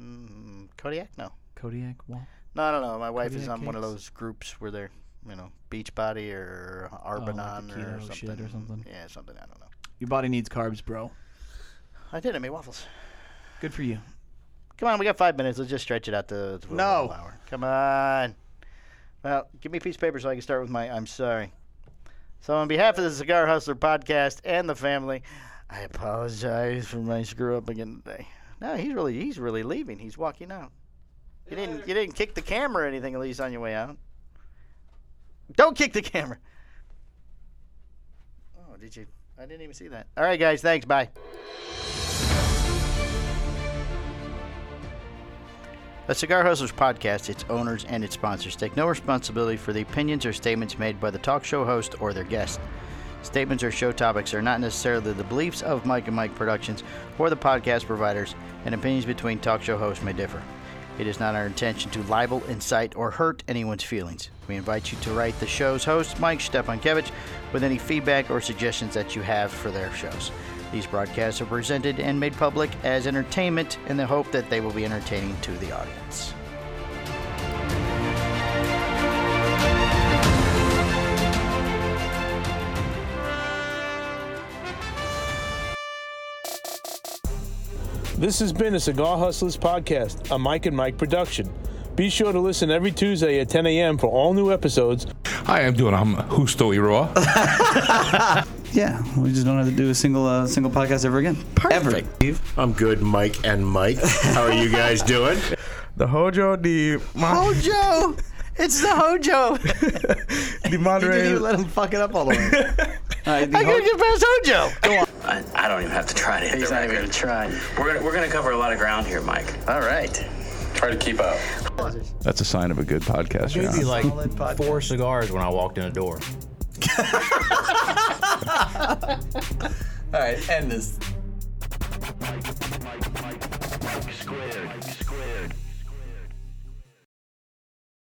S1: Mm, Kodiak? No.
S3: Kodiak waffle.
S1: No, I don't know. My wife is
S3: Kodiak
S1: on one of
S3: cakes?
S1: those groups where they're, you know, Beachbody or Arbanon or
S3: Oh, keto
S1: something.
S3: shit or something.
S1: Yeah, something. I don't know.
S3: Your body needs carbs, bro.
S1: I did. I made waffles.
S3: Good for you.
S1: Come on, we got five minutes. Let's just stretch it out to to a
S3: No.
S1: whole hour. Come on. Well, give me a piece of paper so I can start with my I'm sorry. So, on behalf of the Cigar Hustler podcast and the family, I apologize for my screw up again today. No, he's really he's really leaving. He's walking out. You didn't you didn't kick the camera or anything at least on your way out. Don't kick the camera. Oh, did you? I didn't even see that. All right, guys. Thanks. Bye. The Cigar Hustlers podcast, its owners, and its sponsors take no responsibility for the opinions or statements made by the talk show host or their guest. Statements or show topics are not necessarily the beliefs of Mike and Mike Productions or the podcast providers, and opinions between talk show hosts may differ. It is not our intention to libel, incite, or hurt anyone's feelings. We invite you to write the show's host, Mike Stepankevich, with any feedback or suggestions that you have for their shows. These broadcasts are presented and made public as entertainment in the hope that they will be entertaining to the audience.
S4: This has been a Cigar Hustlers podcast, a Mike and Mike production. Be sure to listen every Tuesday at 10 a.m. for all new episodes
S5: Hi, I'm doing. I'm Husto Iroa.
S6: Yeah, we just don't have to do a single uh, single podcast ever again. Perfect. Ever.
S7: I'm good, Mike and Mike. How are you guys doing?
S8: The Hojo, the ma-
S1: Hojo! It's the Hojo!
S8: the
S3: You didn't even
S8: moderator.
S3: let him fuck it up all the way.
S6: All right, the
S1: I
S6: whole-
S1: gotta get past Hojo!
S9: I, I don't even have to try to hit the record.
S1: trying.
S9: We're gonna, we're gonna cover a lot of ground here, Mike.
S1: All right.
S9: Try to keep up.
S5: That's a sign of a good podcast. You're
S7: Maybe
S5: on.
S7: like four cigars when I walked in the door.
S6: all right, end this.
S2: Mike, Mike, Mike, Mike squared. Mike squared.